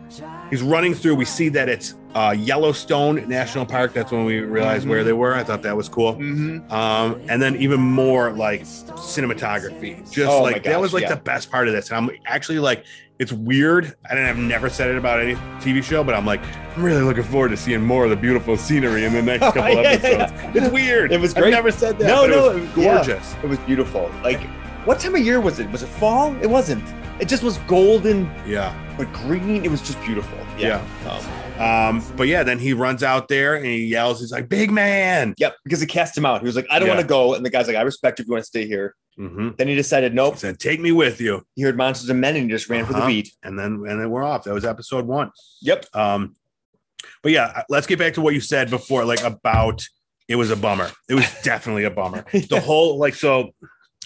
Speaker 2: he's running through. We see that it's uh, Yellowstone National Park. That's when we realized where they were. I thought that was cool.
Speaker 3: Mm-hmm.
Speaker 2: Um, and then even more like cinematography. Just
Speaker 3: Oh my
Speaker 2: like that
Speaker 3: gosh,
Speaker 2: was like
Speaker 3: yeah.
Speaker 2: the best part of this. And I'm actually like, it's weird. I don't, I've never said it about any TV show, but I'm like, I'm really looking forward to seeing more of the beautiful scenery in the next couple
Speaker 3: Yeah, yeah,
Speaker 2: episodes. It's weird.
Speaker 3: It was
Speaker 2: I've
Speaker 3: great.
Speaker 2: never said that.
Speaker 3: No,
Speaker 2: but
Speaker 3: no,
Speaker 2: it was
Speaker 3: it- yeah.
Speaker 2: gorgeous.
Speaker 3: It was beautiful. Like, what time of year was it? Was it fall? It wasn't. It just was golden,
Speaker 2: Yeah,
Speaker 3: but green. It was just beautiful.
Speaker 2: yeah.
Speaker 3: Um,
Speaker 2: Um, but yeah, then he runs out there and he yells. He's like, "Big man!"
Speaker 3: Yep, because he cast him out. He was like, I don't
Speaker 2: Yeah.
Speaker 3: want to go. And the guy's like, I respect you if you want to stay here.
Speaker 2: Mm-hmm.
Speaker 3: Then he decided, nope.
Speaker 2: He said, "Take me with you."
Speaker 3: He heard Monsters and Men and he just ran for the
Speaker 2: Uh-huh.
Speaker 3: beat.
Speaker 2: And then and then we're off. That was episode one.
Speaker 3: Yep.
Speaker 2: Um, but yeah, uh, let's get back to what you said before, like about it was a bummer. It was definitely a bummer. The whole like so,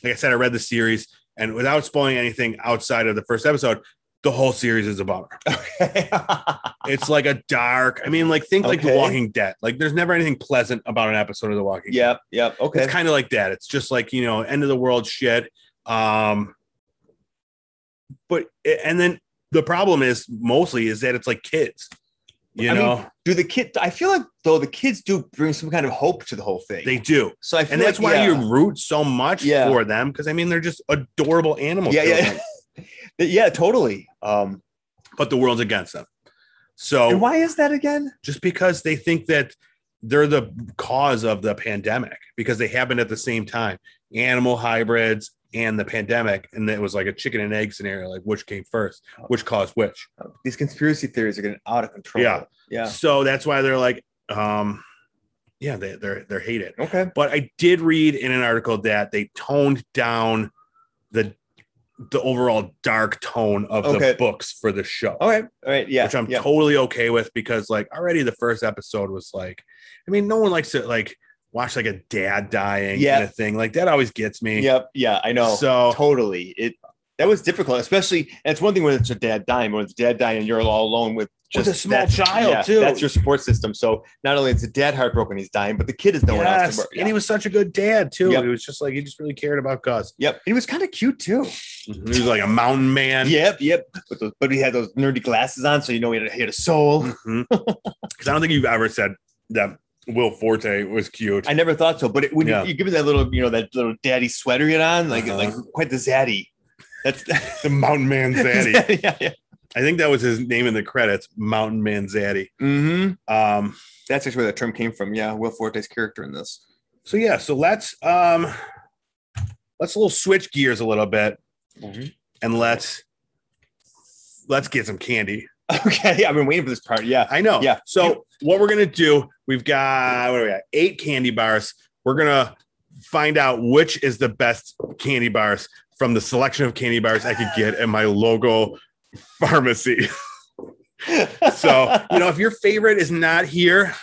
Speaker 2: like I said, I read the series, and without spoiling anything outside of the first episode, the whole series is a bummer. It's like a dark. I mean, like think like The
Speaker 3: Okay.
Speaker 2: Walking Dead. Like there's never anything pleasant about an episode of The Walking.
Speaker 3: yep. Yep. Okay.
Speaker 2: It's kind of like that. It's just like you know, end of the world shit. Um, but and then the problem is mostly is that it's like kids. You
Speaker 3: I mean,
Speaker 2: know,
Speaker 3: do the kid, I feel like though the kids do bring some kind of hope to the whole thing.
Speaker 2: they do,
Speaker 3: so I feel
Speaker 2: and that's
Speaker 3: like,
Speaker 2: why
Speaker 3: yeah.
Speaker 2: you root so much
Speaker 3: Yeah.
Speaker 2: for them because I mean they're just adorable animals.
Speaker 3: Yeah, yeah, yeah. yeah, totally. Um,
Speaker 2: But the world's against them.
Speaker 3: and
Speaker 2: So
Speaker 3: why is that again?
Speaker 2: just because they think that they're the cause of the pandemic because they happened at the same time, animal hybrids and the pandemic, and it was like a chicken and egg scenario, like which came first,
Speaker 3: Oh.
Speaker 2: which caused which.
Speaker 3: These conspiracy theories are getting out of control.
Speaker 2: Yeah.
Speaker 3: Yeah.
Speaker 2: So that's why they're like, um, yeah, they, they're they're hated.
Speaker 3: Okay.
Speaker 2: But I did read in an article that they toned down the the overall dark tone of
Speaker 3: Okay.
Speaker 2: the books for the show,
Speaker 3: All right. All right. Yeah.
Speaker 2: which I'm
Speaker 3: yeah.
Speaker 2: totally okay with because like already the first episode was like, I mean, no one likes to like watch like a dad dying
Speaker 3: Yeah.
Speaker 2: kind of thing. Like that always gets me.
Speaker 3: Yep. Yeah. I know.
Speaker 2: So
Speaker 3: totally. It that was difficult, especially. And it's one thing when it's a dad dying, when it's dad dying and you're all alone with
Speaker 2: With
Speaker 3: just
Speaker 2: a small child,
Speaker 3: yeah,
Speaker 2: too.
Speaker 3: That's your support system. So not only is the dad heartbroken, he's dying, but the kid is no one else.
Speaker 2: yes.
Speaker 3: To work.
Speaker 2: and he was such a good dad too.
Speaker 3: Yep.
Speaker 2: It was just like he just really cared about Gus. Mm-hmm.
Speaker 3: Yep, and he was kind of cute too.
Speaker 2: He was like a mountain man.
Speaker 3: yep, yep. But, those, but he had those nerdy glasses on, so you know he had a, he had a soul.
Speaker 2: Because Mm-hmm. I don't think you've ever said that Will Forte was cute.
Speaker 3: I never thought so, but it, when
Speaker 2: Yeah.
Speaker 3: you, you give me that little, you know, that little daddy sweater you had on, like
Speaker 2: Uh-huh.
Speaker 3: like quite the zaddy. That's
Speaker 2: the Mountain Man Zaddy.
Speaker 3: zaddy. yeah, yeah.
Speaker 2: I think that was his name in the credits, Mountain Man Zaddy.
Speaker 3: Mm-hmm.
Speaker 2: Um,
Speaker 3: That's actually where that term came from. Yeah, Will Forte's character in this.
Speaker 2: so yeah, so let's um, let's a little switch gears a little bit,
Speaker 3: Mhm.
Speaker 2: and let's let's get some candy.
Speaker 3: Okay, I've been waiting for this part. Yeah.
Speaker 2: I know.
Speaker 3: Yeah.
Speaker 2: So what we're gonna do? We've got what do we got? Eight candy bars. We're gonna find out which is the best candy bars from the selection of candy bars I could get at my local pharmacy. So you know, if your favorite is not here,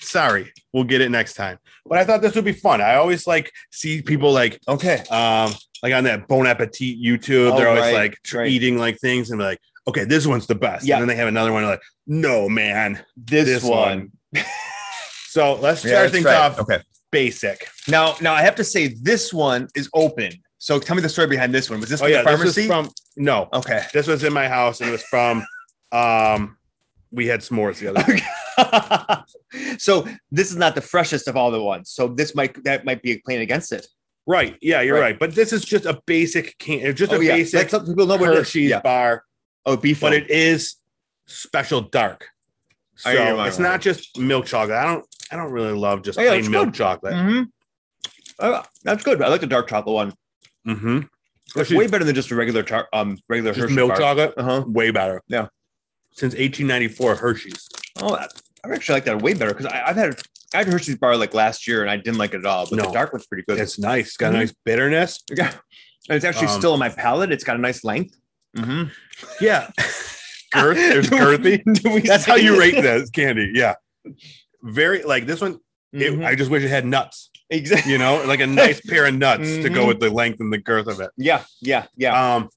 Speaker 2: sorry, we'll get it next time. But I thought this would be fun. I always like see people like
Speaker 3: okay.
Speaker 2: um like on that Bon Appetit YouTube. they're
Speaker 3: Oh,
Speaker 2: always
Speaker 3: right,
Speaker 2: like
Speaker 3: right.
Speaker 2: eating like things and be like, okay, this one's the best.
Speaker 3: Yeah.
Speaker 2: And then they have another one like, no man.
Speaker 3: This,
Speaker 2: this
Speaker 3: one.
Speaker 2: one. So let's
Speaker 3: Yeah,
Speaker 2: start
Speaker 3: that's
Speaker 2: things
Speaker 3: right.
Speaker 2: off
Speaker 3: Okay.
Speaker 2: basic.
Speaker 3: Now, now I have to say this one is open. So tell me the story behind this one. Was this
Speaker 2: Oh
Speaker 3: from
Speaker 2: yeah,
Speaker 3: the pharmacy?
Speaker 2: this is from no.
Speaker 3: okay.
Speaker 2: This was in my house and it was from um we had s'mores the other day.
Speaker 3: so this is not the freshest of all the ones. So this might that might be playing against it.
Speaker 2: Right. Yeah, you're right.
Speaker 3: Right.
Speaker 2: But this is just a basic can just
Speaker 3: oh,
Speaker 2: a
Speaker 3: yeah.
Speaker 2: basic
Speaker 3: Let some people know what it is.
Speaker 2: Hershey's
Speaker 3: Yeah.
Speaker 2: bar,
Speaker 3: Oh, beef.
Speaker 2: but
Speaker 3: But
Speaker 2: it is special dark. So
Speaker 3: Oh, yeah, right,
Speaker 2: it's
Speaker 3: right,
Speaker 2: not just milk chocolate. I don't I don't really love just
Speaker 3: Oh, yeah, it's
Speaker 2: plain milk
Speaker 3: good.
Speaker 2: chocolate.
Speaker 3: Mm-hmm. Oh, that's good. I like the dark chocolate one.
Speaker 2: Mm-hmm.
Speaker 3: It's way better than just a regular char- um regular
Speaker 2: just
Speaker 3: Hershey
Speaker 2: milk
Speaker 3: bar.
Speaker 2: chocolate,
Speaker 3: Uh-huh.
Speaker 2: way better.
Speaker 3: Yeah.
Speaker 2: Since 1894, Hershey's.
Speaker 3: Oh, I I actually like that way better because I've had I had Hershey's bar like last year and I didn't like it at all. But
Speaker 2: No.
Speaker 3: the dark one's pretty good.
Speaker 2: It's nice. It's got
Speaker 3: Mhm.
Speaker 2: a nice bitterness.
Speaker 3: Yeah. And it's actually
Speaker 2: Um,
Speaker 3: still in my palate. It's got a nice length. Mm-hmm.
Speaker 2: Yeah. Girth. It's girthy. That's how you rate this candy. Yeah. Very like this one. it-
Speaker 3: Mm-hmm.
Speaker 2: I just wish it had nuts,
Speaker 3: exactly.
Speaker 2: you know, like a nice pair of nuts to go
Speaker 3: Mhm.
Speaker 2: with the length and the girth of it.
Speaker 3: Yeah. Yeah. Yeah.
Speaker 2: Um,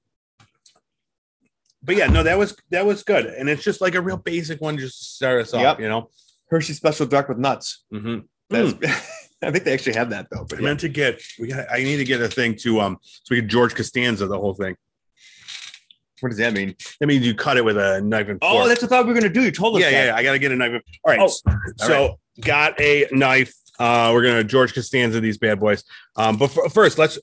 Speaker 2: but yeah, no, that was that was good, and it's just like a real basic one, just to start us off,
Speaker 3: Yep.
Speaker 2: you know.
Speaker 3: Hershey special dark with nuts.
Speaker 2: Mm-hmm.
Speaker 3: That's, I think they actually have that though. But
Speaker 2: I meant to get we got. I need to get a thing to um, so we get George Costanza the whole thing.
Speaker 3: What does that mean?
Speaker 2: That means you cut it with a knife and fork.
Speaker 3: Oh, that's what I thought we were gonna do. You told us.
Speaker 2: yeah,
Speaker 3: that.
Speaker 2: yeah, yeah. I gotta get a knife. All right.
Speaker 3: Oh,
Speaker 2: so got a knife. Uh, we're gonna George Costanza these bad boys. Um, but f- first, let's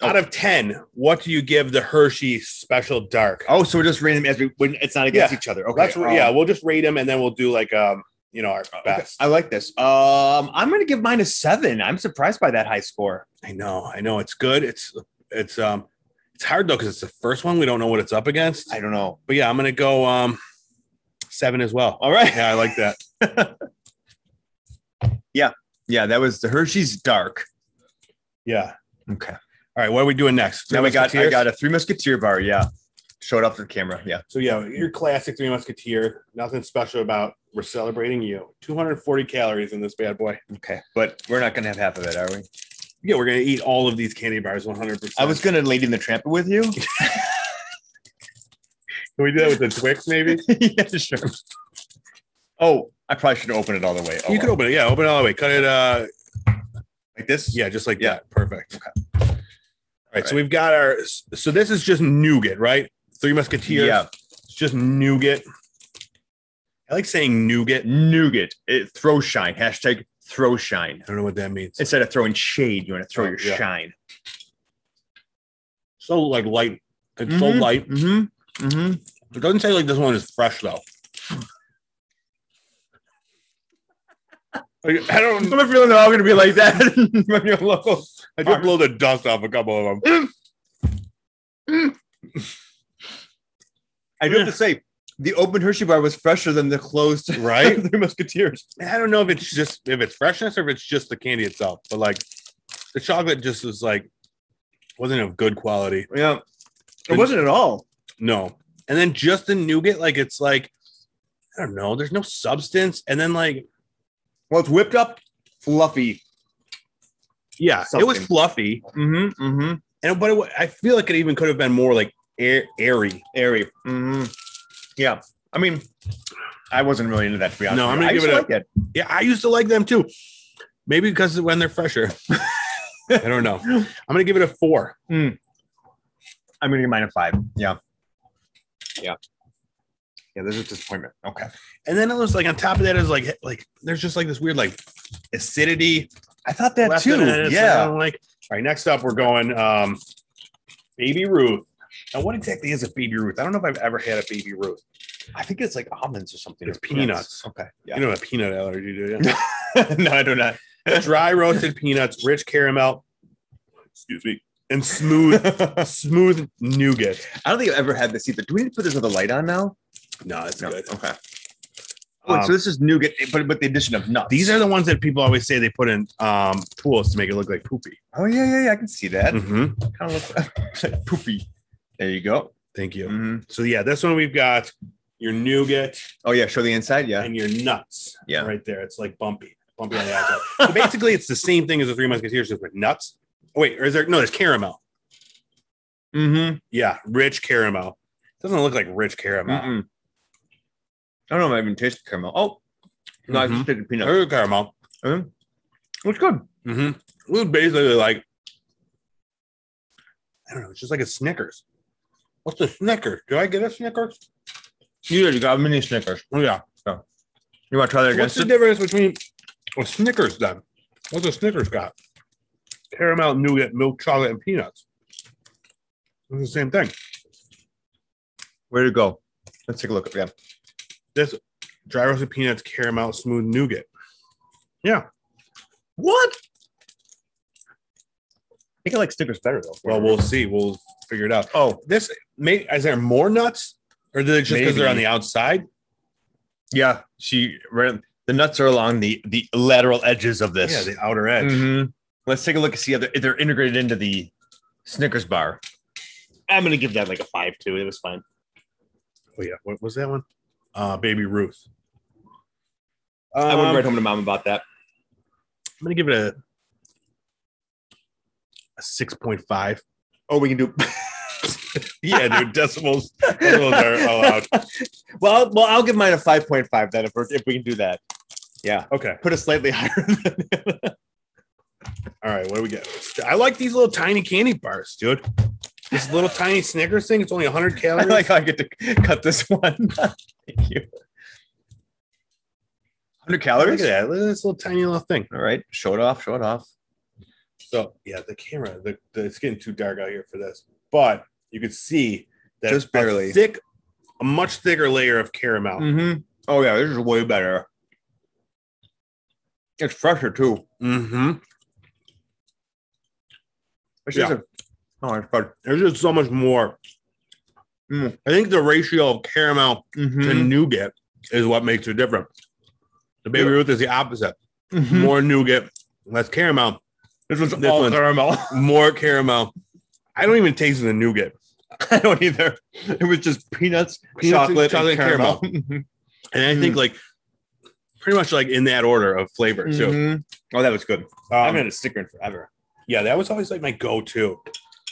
Speaker 3: Oh.
Speaker 2: out of ten, what do you give the Hershey Special Dark?
Speaker 3: Oh, so we're just rating them as we when it's not against
Speaker 2: Yeah.
Speaker 3: each other. Okay.
Speaker 2: Let's
Speaker 3: um, Oh,
Speaker 2: yeah, we'll just rate them and then we'll do like um, you know, our best.
Speaker 3: I like this. Um, I'm gonna give mine a seven. I'm surprised by that high score.
Speaker 2: I know, I know, it's good. It's it's um, it's hard though because it's the first one. We don't know what it's up against.
Speaker 3: I don't know.
Speaker 2: But yeah, I'm gonna go um, seven as well.
Speaker 3: All right.
Speaker 2: Yeah, I like that.
Speaker 3: Yeah, that was the Hershey's Dark.
Speaker 2: Yeah.
Speaker 3: Okay.
Speaker 2: All right, what are we doing next?
Speaker 3: Now we got I
Speaker 2: Musketeers?
Speaker 3: got a Three Musketeer bar. Yeah, show it off to the camera. Yeah.
Speaker 2: So yeah, your classic Three Musketeer. Nothing special about. We're celebrating you. 240 calories in this bad boy.
Speaker 3: Okay, but we're not gonna have half of it, are we?
Speaker 2: Yeah, we're gonna eat all of these candy bars 100. percent
Speaker 3: I was gonna Lady in the Tramp it with you.
Speaker 2: Can we do that with the Twix maybe?
Speaker 3: yeah, sure. Oh, I probably should open it all the way. Oh,
Speaker 2: you could
Speaker 3: well.
Speaker 2: open it. Yeah, open it all the way. Cut it. Uh,
Speaker 3: like this.
Speaker 2: yeah, just like
Speaker 3: Yeah.
Speaker 2: that. Perfect.
Speaker 3: Okay.
Speaker 2: All right, so we've got our. So this is just nougat, right? Three Musketeers.
Speaker 3: Yeah.
Speaker 2: It's just nougat. I like saying nougat. I
Speaker 3: Nougat. It, throw shine. Hashtag throw shine.
Speaker 2: don't know what that means.
Speaker 3: Instead of throwing shade, you want to throw
Speaker 2: Oh,
Speaker 3: your
Speaker 2: yeah.
Speaker 3: shine.
Speaker 2: so like light. It's so
Speaker 3: Mhm.
Speaker 2: light.
Speaker 3: Mm-hmm. Mm-hmm.
Speaker 2: It doesn't say like this one is fresh though. Like, I don't.
Speaker 3: I'm feeling they're all gonna be like that from your local.
Speaker 2: I just blow the dust off a couple of them.
Speaker 3: I do have to say, the open Hershey bar was fresher than the closed
Speaker 2: Right?
Speaker 3: Three Musketeers.
Speaker 2: I don't know if it's just if it's freshness or if it's just the candy itself, but like the chocolate just was like wasn't of good quality.
Speaker 3: Yeah, it wasn't at all.
Speaker 2: No, and then just the nougat, like it's like I don't know. There's no substance, and then like
Speaker 3: Well, it's whipped up, fluffy.
Speaker 2: yeah, it was
Speaker 3: Something.
Speaker 2: fluffy,
Speaker 3: Mm-hmm. Mm-hmm.
Speaker 2: and but it, wa- I feel like it even could have been more like air, airy.
Speaker 3: Airy. Mm-hmm. Yeah. I mean, I wasn't really into that to be honest.
Speaker 2: No,
Speaker 3: with
Speaker 2: I'm
Speaker 3: you.
Speaker 2: gonna give
Speaker 3: I used
Speaker 2: it
Speaker 3: to like
Speaker 2: Yeah, I used to like them too. Maybe because when they're fresher. I don't know. I'm gonna give it a four.
Speaker 3: I'm gonna give mine a five. Yeah. Yeah. Yeah. This is a disappointment. Okay.
Speaker 2: And then it was like on top of that is like like there's just like this weird like acidity
Speaker 3: I thought that
Speaker 2: left in
Speaker 3: too.
Speaker 2: it. It's Like, oh. I
Speaker 3: Yeah.
Speaker 2: don't like all right, next up we're going um Baby Ruth. Now what exactly is a Baby Ruth? I don't know if I've ever had a Baby Ruth.
Speaker 3: I think it's like almonds or something.
Speaker 2: It's
Speaker 3: or peanuts.
Speaker 2: peanuts.
Speaker 3: Okay.
Speaker 2: You know a peanut allergy, do you?
Speaker 3: no, I do not.
Speaker 2: Dry roasted peanuts, rich caramel, excuse me, and smooth smooth nougat.
Speaker 3: I don't think I've ever had this either. Do we need to put this with a light on now?
Speaker 2: No, it's
Speaker 3: No.
Speaker 2: good.
Speaker 3: Okay. Oh,
Speaker 2: Um,
Speaker 3: so this is nougat, but with the addition of nuts.
Speaker 2: These are the ones that people always say they put in um, pools to make it look like poopy.
Speaker 3: Oh yeah, yeah, yeah. I can see that.
Speaker 2: Mhm.
Speaker 3: Kind of looks poopy. There you go.
Speaker 2: Thank you.
Speaker 3: Mhm.
Speaker 2: Mm-hmm. So yeah, this one we've got your nougat
Speaker 3: Oh yeah, show the inside. Yeah.
Speaker 2: and your nuts.
Speaker 3: Yeah.
Speaker 2: right there. It's like bumpy, bumpy on the outside. so basically, it's the same thing as the Three Musketeers, just with nuts. Oh, wait, or is there no? There's caramel.
Speaker 3: Mm-hmm.
Speaker 2: Yeah, rich caramel. Doesn't look like rich caramel.
Speaker 3: Mm-mm. mm-hmm. I don't know if I even tasted caramel. Oh, no, I
Speaker 2: Mhm.
Speaker 3: just tasted peanut.
Speaker 2: There's caramel.
Speaker 3: Mhm. It's good.
Speaker 2: Mm-hmm. It was basically like I don't know. It's just like a Snickers. What's a Snickers? Do I get a Snickers?
Speaker 3: You already got mini Snickers.
Speaker 2: Oh yeah.
Speaker 3: You want to try that again?
Speaker 2: What's the difference between a Snickers then? What's a Snickers got? Caramel, nougat, milk chocolate, and peanuts. It's the same thing.
Speaker 3: Where to go? Let's take a look. Yeah.
Speaker 2: This dry roasted peanuts, caramel, smooth nougat.
Speaker 3: What? I think I like Snickers better though.
Speaker 2: Well, we'll see. We'll figure it out.
Speaker 3: Oh,
Speaker 2: This may is there more nuts, or did it just because they're on
Speaker 3: Maybe.
Speaker 2: the outside?
Speaker 3: yeah. She ran. The nuts are along the the lateral edges of this.
Speaker 2: Yeah, the outer edge.
Speaker 3: Mhm. Let's take a look and see if they're, if they're integrated into the Snickers bar. I'm gonna give that like a five too. It was fine.
Speaker 2: Oh yeah, what was that one? Uh, Baby Ruth.
Speaker 3: I
Speaker 2: Um,
Speaker 3: would write home to mom about that.
Speaker 2: I'm gonna give it a a six point five.
Speaker 3: Oh, we can do.
Speaker 2: Yeah, dude, decimals, decimals are allowed.
Speaker 3: Well, well, I'll give mine a five point five then if, we're, if we can do that. Yeah,
Speaker 2: Okay.
Speaker 3: put it slightly higher. Than
Speaker 2: All right, what do we got? I like these little tiny candy bars, dude. This little tiny Snickers thing, it's only 100
Speaker 3: I
Speaker 2: calories.
Speaker 3: like how I get to cut this one. Thank you. 100
Speaker 2: Look
Speaker 3: calories?
Speaker 2: at that. Look at this little tiny little thing.
Speaker 3: All right. Show it off. Show it off.
Speaker 2: So yeah, the camera, the, the it's getting too dark out here for this, but you could see that
Speaker 3: Just
Speaker 2: a
Speaker 3: barely.
Speaker 2: thick, a much thicker layer of caramel.
Speaker 3: Mm-hmm. Oh, yeah. This is way better. It's fresher, too.
Speaker 2: Mm-hmm.
Speaker 3: It's
Speaker 2: Yeah.
Speaker 3: just a- oh, it's good.
Speaker 2: There's just so much more.
Speaker 3: Mm.
Speaker 2: I think the ratio of caramel to
Speaker 3: Mhm.
Speaker 2: nougat is what makes it different. The baby
Speaker 3: Yeah.
Speaker 2: Ruth is the opposite:
Speaker 3: Mhm.
Speaker 2: more nougat, less caramel,
Speaker 3: This one's
Speaker 2: This
Speaker 3: all
Speaker 2: one's-
Speaker 3: caramel.
Speaker 2: more caramel. I don't even taste the nougat.
Speaker 3: I don't either. It was just peanuts,
Speaker 2: Peanuts,
Speaker 3: chocolate,
Speaker 2: chocolate,
Speaker 3: and caramel.
Speaker 2: And I
Speaker 3: Mm-hmm.
Speaker 2: think like pretty much like in that order of flavor too.
Speaker 3: Mhm. Oh, that was good. I
Speaker 2: Um,
Speaker 3: haven't had a Snicker in forever.
Speaker 2: yeah, that was always like my go-to.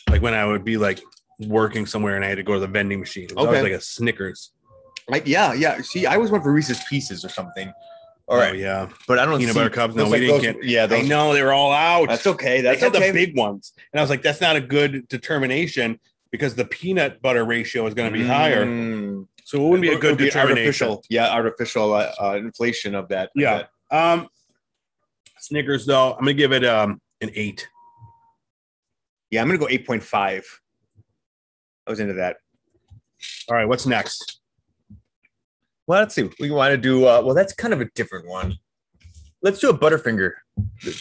Speaker 2: Like when I would be like working somewhere and I had to go to the vending machine. It was always
Speaker 3: Okay.
Speaker 2: like a Snickers.
Speaker 3: Like, yeah, yeah. See, I was one for Reese's Pieces or something. All
Speaker 2: Oh,
Speaker 3: right,
Speaker 2: yeah.
Speaker 3: but I don't
Speaker 2: Peanut
Speaker 3: see-
Speaker 2: butter cups. No,
Speaker 3: looks
Speaker 2: we
Speaker 3: like
Speaker 2: didn't
Speaker 3: those- Yeah,
Speaker 2: I
Speaker 3: those,
Speaker 2: know they were all out.
Speaker 3: that's okay. That's
Speaker 2: they had
Speaker 3: okay.
Speaker 2: the big ones. And I was like, that's not a good determination because the peanut butter ratio is going to be higher.
Speaker 3: Mm.
Speaker 2: So it wouldn't be
Speaker 3: It
Speaker 2: a good
Speaker 3: would be
Speaker 2: determination.
Speaker 3: Artificial, yeah, artificial uh, uh, inflation of that. of
Speaker 2: Yeah.
Speaker 3: that.
Speaker 2: Um Snickers though, I'm gonna give it um an eight.
Speaker 3: yeah. I'm gonna go eight point five. I was into that.
Speaker 2: All right, what's next?
Speaker 3: Well, let's see. We want to do. Uh, well, that's kind of a different one. Let's do a Butterfinger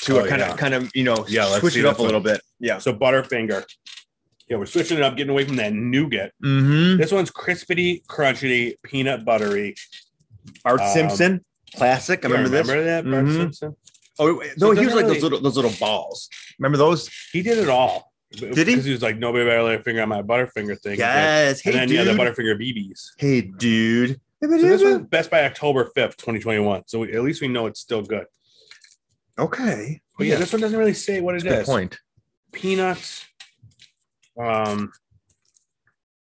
Speaker 3: to
Speaker 2: Oh,
Speaker 3: a kind
Speaker 2: yeah.
Speaker 3: of kind of you know
Speaker 2: Yeah, let's
Speaker 3: switch
Speaker 2: see
Speaker 3: it up
Speaker 2: this
Speaker 3: a little bit. Yeah.
Speaker 2: So Butterfinger. Yeah, we're switching it up, getting away from that nougat.
Speaker 3: Mm-hmm.
Speaker 2: This one's crispity, crunchy, peanut buttery.
Speaker 3: Art
Speaker 2: Um,
Speaker 3: Simpson, classic. I
Speaker 2: You
Speaker 3: remember, this.
Speaker 2: that? Bart
Speaker 3: Mhm.
Speaker 2: Simpson?
Speaker 3: Oh wait,
Speaker 2: So
Speaker 3: no,
Speaker 2: it
Speaker 3: he was
Speaker 2: doesn't
Speaker 3: like
Speaker 2: really-
Speaker 3: those little those little balls. Remember those?
Speaker 2: He did it all.
Speaker 3: he?
Speaker 2: Because he was like, nobody better lay a finger on my Butterfinger thing.
Speaker 3: Yes.
Speaker 2: And
Speaker 3: Hey,
Speaker 2: then, yeah,
Speaker 3: dude.
Speaker 2: the Butterfinger BBs.
Speaker 3: hey, dude.
Speaker 2: So this was best by October 5th, 2021. So we, at least we know it's still good.
Speaker 3: okay.
Speaker 2: But yeah, this one doesn't really say what it is.
Speaker 3: That's a good Oh, point.
Speaker 2: Peanuts um,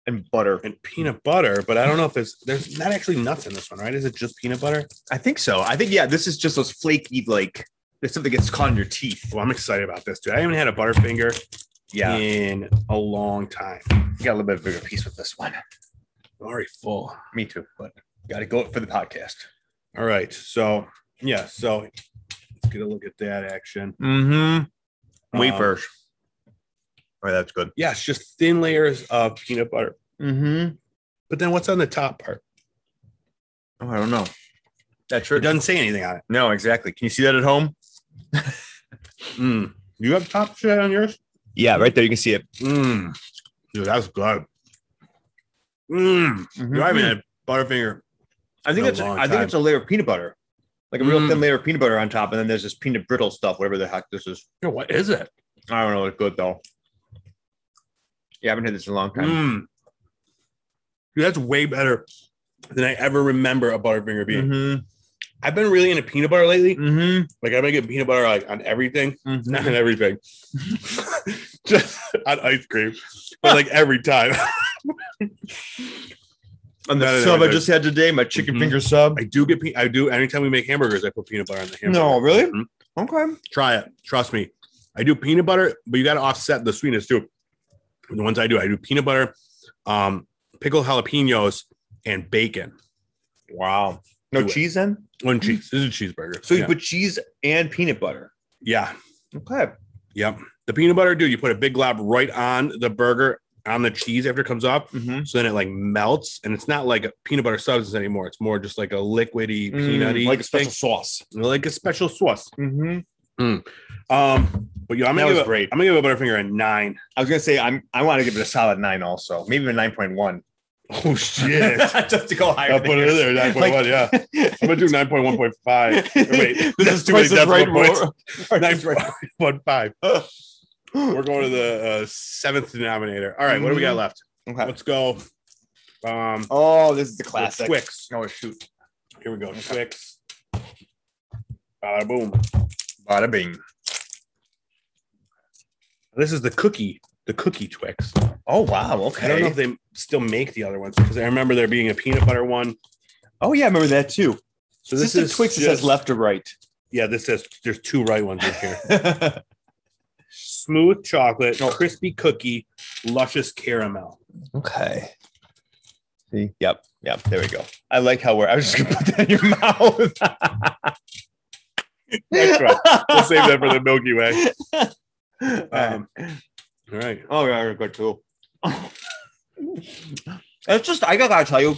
Speaker 3: And butter.
Speaker 2: and peanut butter, but I don't know if there's there's not actually nuts in this one, right? Is it just peanut butter?
Speaker 3: I think so. I think yeah. This is just those flaky like. There's something that gets caught in your teeth.
Speaker 2: Well, I'm excited about this, dude. I haven't had a Butterfinger
Speaker 3: Yeah,
Speaker 2: in a long time.
Speaker 3: got a little bit bigger piece with this one.
Speaker 2: I'm already full.
Speaker 3: Me too, but got to go for the podcast.
Speaker 2: All right. So, yeah. So let's get a look at that action.
Speaker 3: Mm-hmm.
Speaker 2: Um,
Speaker 3: Wafers. All right, Oh, that's good.
Speaker 2: Yeah, it's just thin layers of peanut butter.
Speaker 3: Mm-hmm.
Speaker 2: But then what's on the top part?
Speaker 3: Oh, I don't know. That
Speaker 2: It
Speaker 3: sure
Speaker 2: doesn't say anything on it.
Speaker 3: No, exactly. Can you see that at home?
Speaker 2: Mm. You have top shit on yours?
Speaker 3: Yeah, right there. You can see it.
Speaker 2: Mmm. Dude, that's good. Mmm.
Speaker 3: Mm-hmm.
Speaker 2: You haven't had Butterfinger.
Speaker 3: I think
Speaker 2: in a
Speaker 3: it's. I
Speaker 2: long
Speaker 3: think
Speaker 2: time.
Speaker 3: it's a layer of peanut butter, like a real
Speaker 2: Mm.
Speaker 3: thin layer of peanut butter on top, and then there's this peanut brittle stuff, whatever the heck this is.
Speaker 2: Yo, what is it?
Speaker 3: I don't know. It's good though. Yeah, I haven't had this in a long time.
Speaker 2: Mmm. Dude, that's way better than I ever remember a Butterfinger being.
Speaker 3: Mm-hmm.
Speaker 2: I've been really into peanut butter lately.
Speaker 3: Mm-hmm.
Speaker 2: Like I've been getting peanut butter like on everything. Not on everything. Just on ice cream. But like every time.
Speaker 3: And the
Speaker 2: Not in
Speaker 3: sub I
Speaker 2: everything.
Speaker 3: just had today, my chicken
Speaker 2: Mhm.
Speaker 3: finger sub.
Speaker 2: I do get pe- I do anytime we make hamburgers, I put peanut butter on the hamburger.
Speaker 3: No, really?
Speaker 2: Mhm.
Speaker 3: Okay.
Speaker 2: Try it. Trust me. I do peanut butter, but you gotta offset the sweetness too. The ones I do, I do peanut butter, um, pickled jalapenos, and bacon.
Speaker 3: Wow. No
Speaker 2: Do it.
Speaker 3: cheese then?
Speaker 2: One cheese. This is a cheeseburger.
Speaker 3: So you
Speaker 2: yeah.
Speaker 3: put cheese and peanut butter.
Speaker 2: yeah.
Speaker 3: Okay.
Speaker 2: Yep. The peanut butter, dude, you put a big glob right on the burger on the cheese after it comes off.
Speaker 3: Mm-hmm.
Speaker 2: So then it like melts, and it's not like a peanut butter substance anymore. It's more just like a liquidy peanutty,
Speaker 3: Mm, like a special
Speaker 2: thing.
Speaker 3: sauce.
Speaker 2: like a special sauce.
Speaker 3: Mm-hmm.
Speaker 2: Um, but yeah, I'm
Speaker 3: That
Speaker 2: gonna
Speaker 3: was
Speaker 2: give it,
Speaker 3: great.
Speaker 2: I'm gonna give a Butterfinger a nine.
Speaker 3: I was gonna say I'm. I want to give it a solid nine, also, maybe a nine point one.
Speaker 2: Oh shit!
Speaker 3: just to go higher.
Speaker 2: I'll put it in there, 9.1, yeah. I'm gonna do nine point one point five. Wait, this is too many decimal points. Nine point one five. We're going to the uh, seventh denominator. All right, what do we got left?
Speaker 3: Mm-hmm. Okay.
Speaker 2: Let's go. Um,
Speaker 3: Oh, this is the
Speaker 2: Classic. Twix.
Speaker 3: classic. Oh shoot!
Speaker 2: Here we go. Twix. Bada boom.
Speaker 3: Bada bing.
Speaker 2: This is the cookie, the cookie Twix.
Speaker 3: Oh wow.
Speaker 2: I don't know
Speaker 3: Okay.
Speaker 2: if they still make the other ones because I remember there being a peanut butter one.
Speaker 3: Oh yeah, I remember that too.
Speaker 2: So this
Speaker 3: Just
Speaker 2: is
Speaker 3: the Twix that says
Speaker 2: just-
Speaker 3: left or right.
Speaker 2: Yeah, this says there's two right ones in here.
Speaker 3: yeah,
Speaker 2: smooth chocolate,
Speaker 3: Oh.
Speaker 2: crispy cookie, luscious caramel.
Speaker 3: Okay. See? Yep. Yep. There we go. I like how we're. I was just gonna put that in your mouth.
Speaker 2: That's right. We'll save that for the Milky Way. Um, all right.
Speaker 3: Oh yeah, you're good too. it's just I gotta tell you,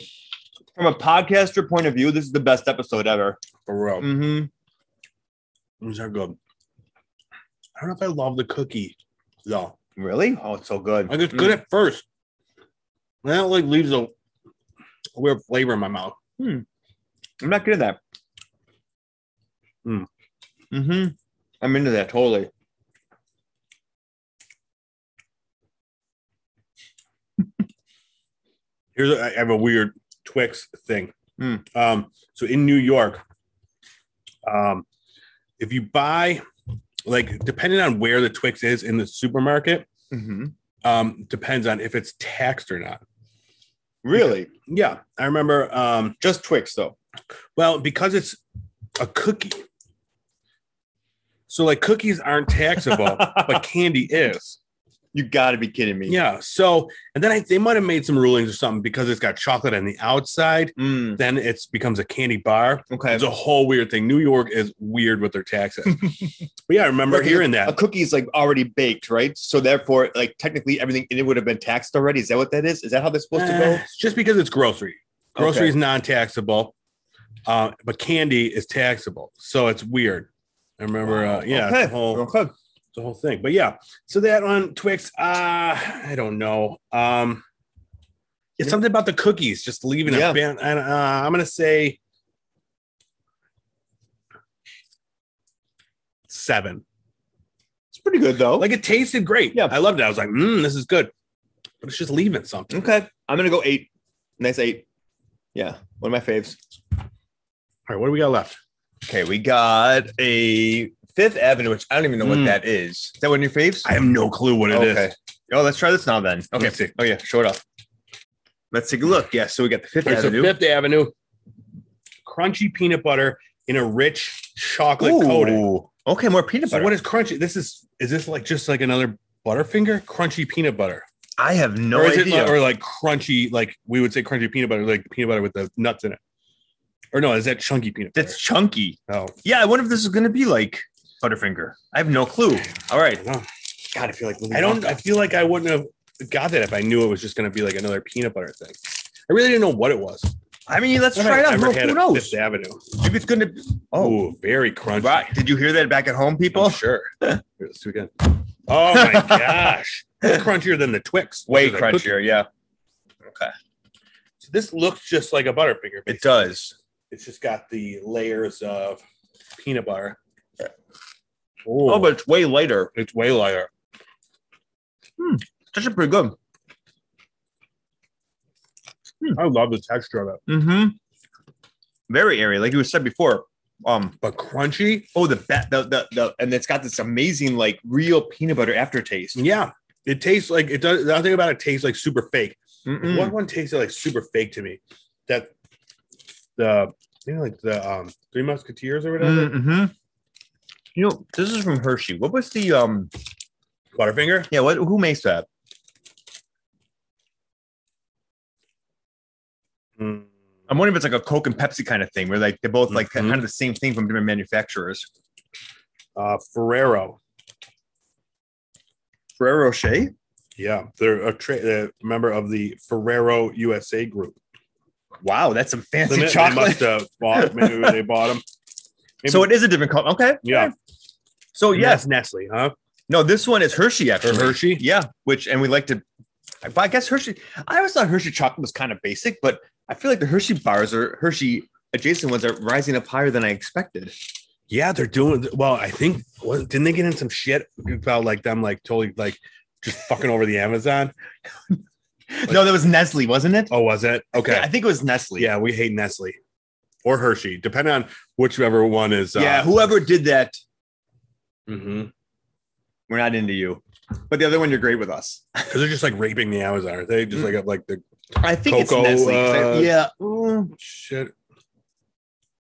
Speaker 3: from a podcaster point of view, this is the best episode ever.
Speaker 2: For real.
Speaker 3: Mm-hmm.
Speaker 2: These are good. I don't know if I love the cookie though.
Speaker 3: Really? Oh, it's so good.
Speaker 2: Like it's good at first. And that like leaves a weird flavor in my mouth.
Speaker 3: I'm not good at that.
Speaker 2: Mm.
Speaker 3: hmm I'm into that totally.
Speaker 2: Here's a, I have a weird Twix thing.
Speaker 3: Hmm.
Speaker 2: Um, so in New York, um, if you buy like depending on where the Twix is in the supermarket,
Speaker 3: Mm-hmm.
Speaker 2: um, depends on if it's taxed or not.
Speaker 3: Really?
Speaker 2: Yeah, I remember. Um,
Speaker 3: Just Twix though.
Speaker 2: well, because it's a cookie, so like cookies aren't taxable, but candy is.
Speaker 3: You got to be kidding me.
Speaker 2: Yeah. So, and then I, they might have made some rulings or something because it's got chocolate on the outside.
Speaker 3: Mm,
Speaker 2: Then it's becomes a candy bar.
Speaker 3: okay.
Speaker 2: It's a whole weird thing. New York is weird with their taxes. but yeah, I remember
Speaker 3: Like,
Speaker 2: hearing that.
Speaker 3: a cookie is like already baked, right? So therefore, like technically everything in it would have been taxed already. Is that what that is? Is that how that's supposed to
Speaker 2: Eh,
Speaker 3: go?
Speaker 2: it's Just because it's grocery. Grocery
Speaker 3: Okay.
Speaker 2: is non-taxable, uh, but candy is taxable. So it's weird. I remember. Uh, yeah, it's a whole-
Speaker 3: Okay.
Speaker 2: it's the whole thing. But yeah, so that on Twix, uh, I don't know. Um, it's something about the cookies, just leaving
Speaker 3: Yeah.
Speaker 2: a band. And uh, I'm gonna say seven.
Speaker 3: It's pretty good though.
Speaker 2: Like it tasted great.
Speaker 3: Yeah.
Speaker 2: I loved it. I was like, mm, this is good. But it's just leaving something.
Speaker 3: okay. I'm gonna go eight. Nice eight. Yeah, one of my faves.
Speaker 2: All right, what do we got left?
Speaker 3: Okay, we got a Fifth Avenue, which I don't even know what
Speaker 2: Mm.
Speaker 3: that is. Is that one of your faves?
Speaker 2: I have no clue what it is.
Speaker 3: okay. Oh, let's try this now then. Okay.
Speaker 2: Let's see.
Speaker 3: Oh yeah, show it off. Let's take a look. Yeah, so we got the Fifth
Speaker 2: All right, so
Speaker 3: Avenue.
Speaker 2: Fifth Avenue, crunchy peanut butter in a rich chocolate coating.
Speaker 3: Ooh. Okay, more peanut
Speaker 2: So
Speaker 3: butter.
Speaker 2: what is crunchy? This is is this like just like another Butterfinger crunchy peanut butter,
Speaker 3: I have no
Speaker 2: or is it
Speaker 3: idea.
Speaker 2: like, or like crunchy like we would say crunchy peanut butter like peanut butter with the nuts in it, or no? Is that chunky peanut?
Speaker 3: That's chunky.
Speaker 2: butter? Oh,
Speaker 3: Yeah, I wonder if this is going to be like Butterfinger. I have no clue. All
Speaker 2: oh, I
Speaker 3: right.
Speaker 2: don't. know.
Speaker 3: God, I feel like
Speaker 2: I don't. I feel like I wouldn't have got that if I knew it was just going to be like another peanut butter thing. I really didn't know what it was.
Speaker 3: I mean, let's
Speaker 2: I've
Speaker 3: try it out.
Speaker 2: never
Speaker 3: Who,
Speaker 2: had
Speaker 3: who
Speaker 2: a
Speaker 3: knows?
Speaker 2: Fifth Avenue.
Speaker 3: Maybe it's going to. Oh,
Speaker 2: Ooh, very crunchy.
Speaker 3: right. Did you hear that back at home, people?
Speaker 2: I'm sure. Here, Let's do it again. Oh my gosh, It's crunchier than the Twix.
Speaker 3: Way
Speaker 2: Which is a cookie.
Speaker 3: crunchier. Yeah,
Speaker 2: So this looks just like a Butterfinger.
Speaker 3: it does.
Speaker 2: It's just got the layers of peanut butter.
Speaker 3: Oh, but it's way lighter.
Speaker 2: it's way lighter.
Speaker 3: That's actually pretty good.
Speaker 2: I love the texture of it,
Speaker 3: Mm-hmm. Very airy, like you said before. Um.
Speaker 2: but crunchy.
Speaker 3: Oh, the bat. The, the the and it's got this amazing like real peanut butter aftertaste.
Speaker 2: Yeah, it tastes like it does. Nothing about it tastes like super fake.
Speaker 3: Mm-mm.
Speaker 2: One one tasted like super fake to me. That the you know like the um Three Musketeers or whatever
Speaker 3: Mm-hmm. You know, this is from Hershey. What was the um?
Speaker 2: Butterfinger.
Speaker 3: Yeah, what? Who makes that?
Speaker 2: Mm.
Speaker 3: I'm wondering if it's like a Coke and Pepsi kind of thing, where like they're both like
Speaker 2: Mhm.
Speaker 3: kind of the same thing from different manufacturers.
Speaker 2: Uh, Ferrero.
Speaker 3: Ferrero Rocher.
Speaker 2: Yeah, they're a, tra- a member of the Ferrero USA group.
Speaker 3: Wow, that's some fancy
Speaker 2: They
Speaker 3: chocolate.
Speaker 2: must have bought. Maybe they bought them.
Speaker 3: So it is a different color. Okay.
Speaker 2: Yeah. oh,
Speaker 3: So yes,
Speaker 2: Yes, Nestle, huh?
Speaker 3: no, this one is Hershey
Speaker 2: Or
Speaker 3: actually.
Speaker 2: Hershey.
Speaker 3: Yeah, which and we like to. But I guess Hershey. I always thought Hershey chocolate was kind of basic, but I feel like the Hershey bars or Hershey adjacent ones are rising up higher than I expected.
Speaker 2: Yeah, they're doing well. I think was didn't they get in some shit about like them like totally like just fucking over the Amazon?
Speaker 3: no, that was Nestle, wasn't it?
Speaker 2: Oh, was it? Okay.
Speaker 3: Yeah, I
Speaker 2: Yeah,
Speaker 3: think it was Nestle.
Speaker 2: we hate Nestle or Hershey, depending on whichever one is. Uh,
Speaker 3: yeah. Whoever did that,
Speaker 2: Because
Speaker 3: we're not into you. But the other one, you're great with us.
Speaker 2: they're just like raping the Amazon. Are they
Speaker 3: Hmm.
Speaker 2: just like have like the
Speaker 3: I think
Speaker 2: Cocoa,
Speaker 3: it's Nestle. 'cause I-
Speaker 2: uh,
Speaker 3: yeah. Mm.
Speaker 2: shit?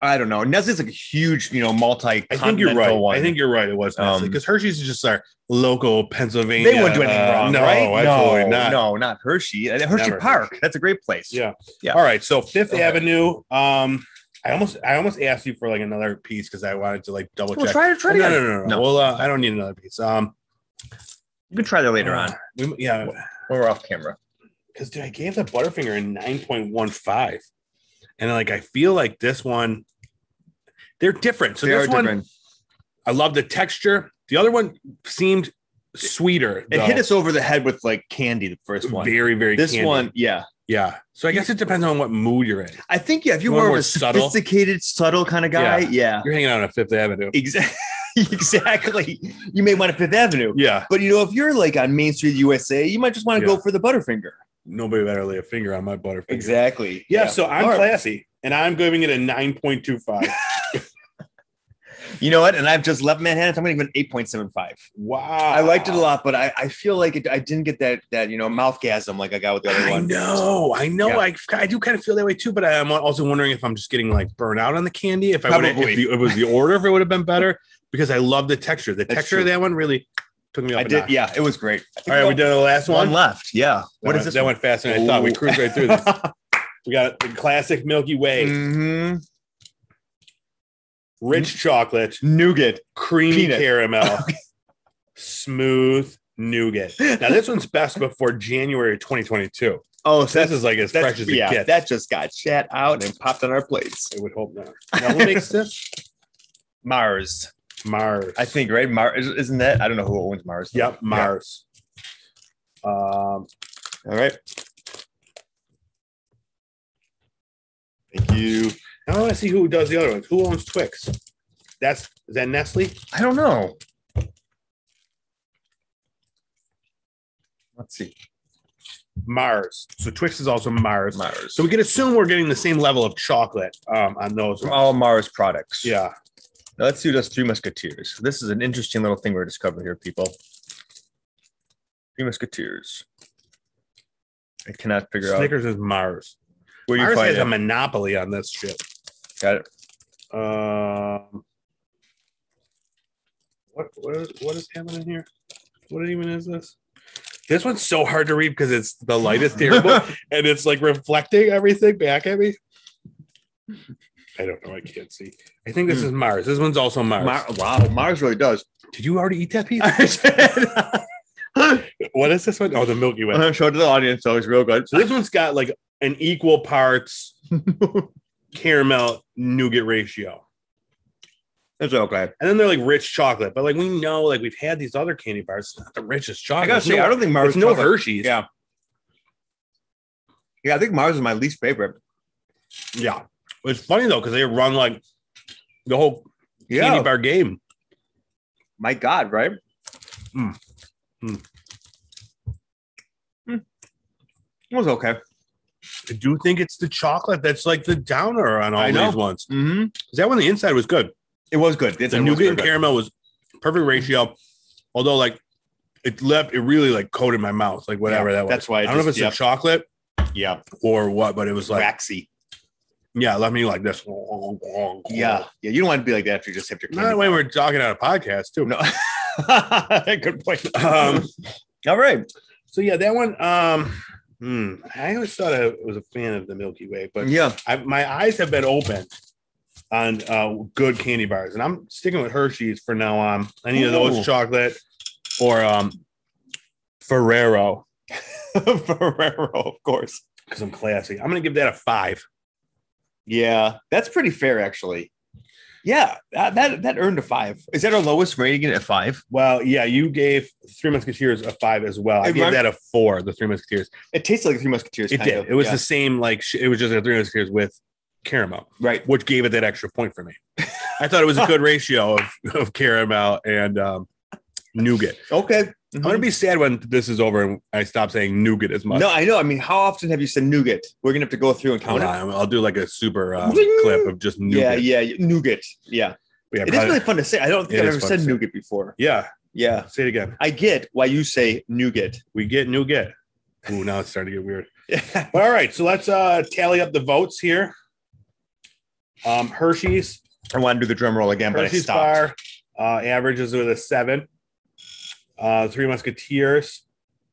Speaker 3: I don't know. Nestle's like a huge, you know, multi.
Speaker 2: I think you're right. I think you're right. It was Nestle
Speaker 3: Um,
Speaker 2: because Hershey's is just our local Pennsylvania.
Speaker 3: they wouldn't do anything
Speaker 2: uh,
Speaker 3: wrong,
Speaker 2: no,
Speaker 3: right?
Speaker 2: absolutely
Speaker 3: no,
Speaker 2: not.
Speaker 3: No, not Hershey. Uh, Hershey
Speaker 2: Never
Speaker 3: Park.
Speaker 2: Hershey.
Speaker 3: That's a great place.
Speaker 2: Yeah.
Speaker 3: Yeah.
Speaker 2: All right. So Fifth
Speaker 3: Okay.
Speaker 2: Avenue. Um, I almost I almost asked you for like another piece because I wanted to like double
Speaker 3: Well,
Speaker 2: check.
Speaker 3: try to try to.
Speaker 2: no, no, no, no,
Speaker 3: No.
Speaker 2: Well, uh, I don't need another piece. Um,
Speaker 3: You can try that later on
Speaker 2: uh, we- yeah,
Speaker 3: when we're off camera.
Speaker 2: because dude, I gave the Butterfinger a nine point one five, and like I feel like this one, they're different. So
Speaker 3: They
Speaker 2: this
Speaker 3: are
Speaker 2: one,
Speaker 3: different.
Speaker 2: I love the texture. The other one seemed sweeter.
Speaker 3: It hit
Speaker 2: though.
Speaker 3: us over the head with like candy. The first one.
Speaker 2: very, very.
Speaker 3: This
Speaker 2: candy.
Speaker 3: one, yeah.
Speaker 2: yeah. So I guess it depends on what mood you're in.
Speaker 3: I think yeah. If
Speaker 2: You
Speaker 3: you're
Speaker 2: want
Speaker 3: more, of
Speaker 2: more
Speaker 3: a
Speaker 2: subtle?
Speaker 3: sophisticated, subtle kind of guy,
Speaker 2: Yeah.
Speaker 3: yeah.
Speaker 2: You're hanging out on Fifth Avenue.
Speaker 3: Exactly. exactly. You may want a Fifth Avenue.
Speaker 2: Yeah,
Speaker 3: But you know, if you're like on Main Street USA, you might just want to
Speaker 2: Yeah.
Speaker 3: go for the Butterfinger.
Speaker 2: nobody better lay a finger on my Butterfinger.
Speaker 3: Exactly.
Speaker 2: Yeah, so I'm
Speaker 3: All right.
Speaker 2: classy, and I'm giving it a nine point two five.
Speaker 3: You know what? And I've just left Manhattan. so I'm going to give it an 8.75.
Speaker 2: Wow,
Speaker 3: I liked it a lot, but I, I feel like it, I didn't get that, that you know, mouthgasm like I got with the other
Speaker 2: I
Speaker 3: one.
Speaker 2: know, I know.
Speaker 3: Yeah.
Speaker 2: I, I do kind of feel that way too, but I'm also wondering if I'm just getting like burnt out on the candy. If I would,
Speaker 3: Probably.
Speaker 2: if the, it was the order, if it would have been better, because I love the texture. The
Speaker 3: That's
Speaker 2: texture of
Speaker 3: true.
Speaker 2: that one really took me up.
Speaker 3: I
Speaker 2: a
Speaker 3: did.
Speaker 2: notch.
Speaker 3: Yeah, it was great. I think
Speaker 2: All right, we
Speaker 3: got
Speaker 2: done the last
Speaker 3: one,
Speaker 2: one.
Speaker 3: left. Yeah. What
Speaker 2: that went-
Speaker 3: is this?
Speaker 2: That
Speaker 3: one?
Speaker 2: went faster than I thought. We
Speaker 3: Ooh.
Speaker 2: cruised right through this. we got the classic Milky Way,
Speaker 3: Mhm.
Speaker 2: rich chocolate,
Speaker 3: Nougat.
Speaker 2: creamy
Speaker 3: Peanut.
Speaker 2: caramel, smooth nougat. Now this one's best before January 2022.
Speaker 3: Oh, so
Speaker 2: This
Speaker 3: that's,
Speaker 2: is like as
Speaker 3: that's
Speaker 2: fresh as it
Speaker 3: yeah,
Speaker 2: gets.
Speaker 3: that just got shat out and popped on our plates.
Speaker 2: I would hope not. Now, what makes this
Speaker 3: Mars.
Speaker 2: Mars?
Speaker 3: I think, right? Mars isn't that? I don't know who owns Mars. though.
Speaker 2: Yep, Mars. Um,
Speaker 3: All right. Thank you.
Speaker 2: I want to see who does the other ones. Who owns Twix? That's is that Nestle?
Speaker 3: I don't know. Let's see.
Speaker 2: Mars. So Twix is also Mars.
Speaker 3: Mars.
Speaker 2: So we can assume we're getting the same level of chocolate um, on those.
Speaker 3: From
Speaker 2: ones.
Speaker 3: all Mars products.
Speaker 2: Yeah.
Speaker 3: Now let's do those Three Musketeers. This is an interesting little thing we're discovering here, people. Three Musketeers. I cannot figure
Speaker 2: Snickers is Mars.
Speaker 3: out where you
Speaker 2: Mars
Speaker 3: find
Speaker 2: has a
Speaker 3: them.
Speaker 2: monopoly on this shit.
Speaker 3: Got it.
Speaker 2: Um, what what is, what is happening here? What even is this? This one's so hard to read because it's the light is terrible and it's like reflecting everything back at me. I don't know. I can't see. I think this is Mars. This one's also Mars.
Speaker 3: Mar- wow, Mars really does.
Speaker 2: Did you already eat that piece?
Speaker 3: I'm
Speaker 2: what is this one? Oh, the Milky Way.
Speaker 3: going to show it to the audience, so it's real good.
Speaker 2: So this one's got like an equal parts caramel nougat ratio.
Speaker 3: It's okay.
Speaker 2: And then they're like rich chocolate, but like we know, like we've had these other candy bars. It's not the richest chocolate.
Speaker 3: I gotta
Speaker 2: It's
Speaker 3: say,
Speaker 2: no-
Speaker 3: I don't think Mars.
Speaker 2: it's no
Speaker 3: chocolate-
Speaker 2: Hershey's.
Speaker 3: Yeah. Yeah, I think Mars is my least favorite.
Speaker 2: yeah. It's funny though because they run like the whole candy bar game.
Speaker 3: my God, right?
Speaker 2: Mm. Mm.
Speaker 3: Mm. It was okay.
Speaker 2: I do think it's the chocolate that's like the downer on all
Speaker 3: I know.
Speaker 2: these ones.
Speaker 3: Mm-hmm.
Speaker 2: 'Cause That one, the inside was good.
Speaker 3: It was good.
Speaker 2: The nougat and caramel was perfect ratio. Although, like it left, it really like coated my mouth, like whatever that was.
Speaker 3: That's why
Speaker 2: I
Speaker 3: it
Speaker 2: don't know if it's
Speaker 3: just-
Speaker 2: the chocolate
Speaker 3: yep, yeah,
Speaker 2: or what, but it was like
Speaker 3: waxy.
Speaker 2: yeah, it left me like this.
Speaker 3: Yeah, yeah. You don't want to be like that after you just have your candy.
Speaker 2: Not when we're talking on a podcast too.
Speaker 3: No. good point.
Speaker 2: Um,
Speaker 3: All right.
Speaker 2: So yeah, that one. Um, hmm, I always thought I was a fan of the Milky Way, but
Speaker 3: yeah.
Speaker 2: I, my eyes have been open on uh, good candy bars, and I'm sticking with Hershey's for now on. Any of
Speaker 3: Ooh.
Speaker 2: those chocolate or um, Ferrero
Speaker 3: Ferrero, of course.
Speaker 2: because I'm classy. I'm gonna give that a five.
Speaker 3: Yeah, that's pretty fair, actually. Yeah, that that, that earned a five. Is that our lowest rating at five?
Speaker 2: Well, yeah, you gave Three Musketeers a five as well. I
Speaker 3: It
Speaker 2: gave
Speaker 3: rem-
Speaker 2: that a four. The Three Musketeers.
Speaker 3: It tasted like Three Musketeers.
Speaker 2: It
Speaker 3: kind
Speaker 2: did.
Speaker 3: Of.
Speaker 2: It was
Speaker 3: Yeah.
Speaker 2: the same. Like sh- it was just a Three Musketeers with caramel.
Speaker 3: right.
Speaker 2: which gave it that extra point for me. I thought it was a good ratio of, of caramel and um, nougat.
Speaker 3: Okay.
Speaker 2: I'm gonna be sad when this is over and I stop saying nougat as much.
Speaker 3: No, I know. I mean, how often have you said nougat? We're gonna have to go through and
Speaker 2: Hold
Speaker 3: count
Speaker 2: on,
Speaker 3: it.
Speaker 2: I'll, do like a super um,
Speaker 3: Zing!
Speaker 2: clip of just
Speaker 3: Yeah,
Speaker 2: nougat.
Speaker 3: yeah, yeah, nougat. Yeah,
Speaker 2: Yeah,
Speaker 3: it is
Speaker 2: probably-
Speaker 3: really fun to say. I don't think
Speaker 2: It
Speaker 3: I've
Speaker 2: is
Speaker 3: ever
Speaker 2: fun
Speaker 3: said
Speaker 2: to say.
Speaker 3: nougat before.
Speaker 2: yeah.
Speaker 3: Yeah,
Speaker 2: Say it again.
Speaker 3: I get why you say nougat.
Speaker 2: We get nougat. Ooh, now it's starting to get weird. All right, so let's uh, tally up the votes here. Um, Hershey's
Speaker 3: I want to do the drum roll again,
Speaker 2: Hershey's
Speaker 3: but I stopped.
Speaker 2: bar uh, averages with a seven. Uh, Three Musketeers,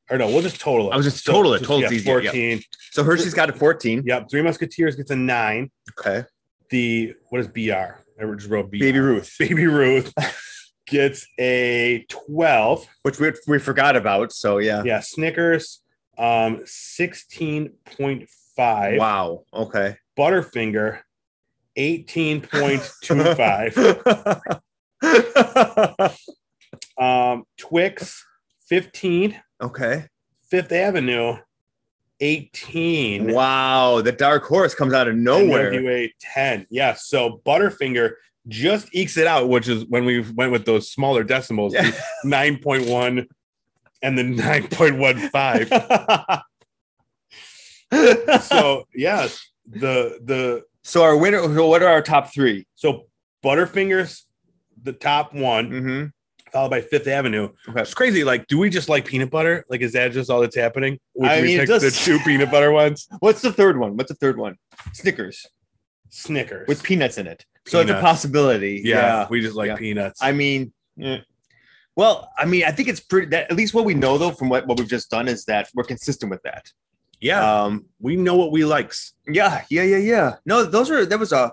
Speaker 2: or no, we'll just total it.
Speaker 3: I was just total it.
Speaker 2: just-
Speaker 3: Total's
Speaker 2: yeah,
Speaker 3: easier, yeah.
Speaker 2: Fourteen.
Speaker 3: So Hershey's got a 14.
Speaker 2: Yep. Three Musketeers gets a nine.
Speaker 3: Okay.
Speaker 2: The what is BR? I just wrote BR.
Speaker 3: Baby Ruth,
Speaker 2: Baby Ruth gets a twelve.
Speaker 3: which we, we forgot about. So yeah.
Speaker 2: Yeah. Snickers, um, sixteen point five.
Speaker 3: Wow. Okay.
Speaker 2: Butterfinger, eighteen point two five. Um, Twix, fifteen.
Speaker 3: okay.
Speaker 2: Fifth Avenue, eighteen.
Speaker 3: Wow. The dark horse comes out of
Speaker 2: and
Speaker 3: nowhere.
Speaker 2: NWA 10. Yeah. So Butterfinger just ekes it out, which is when we went with those smaller decimals, the
Speaker 3: Yeah.
Speaker 2: 9.1 and the 9.15. so yeah, the the
Speaker 3: so our winner. So what are our top 3
Speaker 2: so Butterfingers the top one,
Speaker 3: Mm-hmm.
Speaker 2: followed by Fifth Avenue.
Speaker 3: Okay.
Speaker 2: It's crazy. Like, do we just like peanut butter? Like, is that just all that's happening? Would
Speaker 3: I
Speaker 2: we
Speaker 3: mean, it
Speaker 2: pick
Speaker 3: does-
Speaker 2: the two peanut butter ones,
Speaker 3: What's the third one? What's the third one? Snickers
Speaker 2: Snickers.
Speaker 3: with peanuts in it. So it's a
Speaker 2: Peanuts.
Speaker 3: possibility.
Speaker 2: yeah, we just like
Speaker 3: Yeah.
Speaker 2: peanuts.
Speaker 3: I mean, eh. well, I mean, I think it's pretty. That, at least what we know, though, from what, what we've just done, is that we're consistent with that.
Speaker 2: yeah,
Speaker 3: Um,
Speaker 2: we know what we likes.
Speaker 3: yeah, yeah, yeah, yeah. No, those are that was a.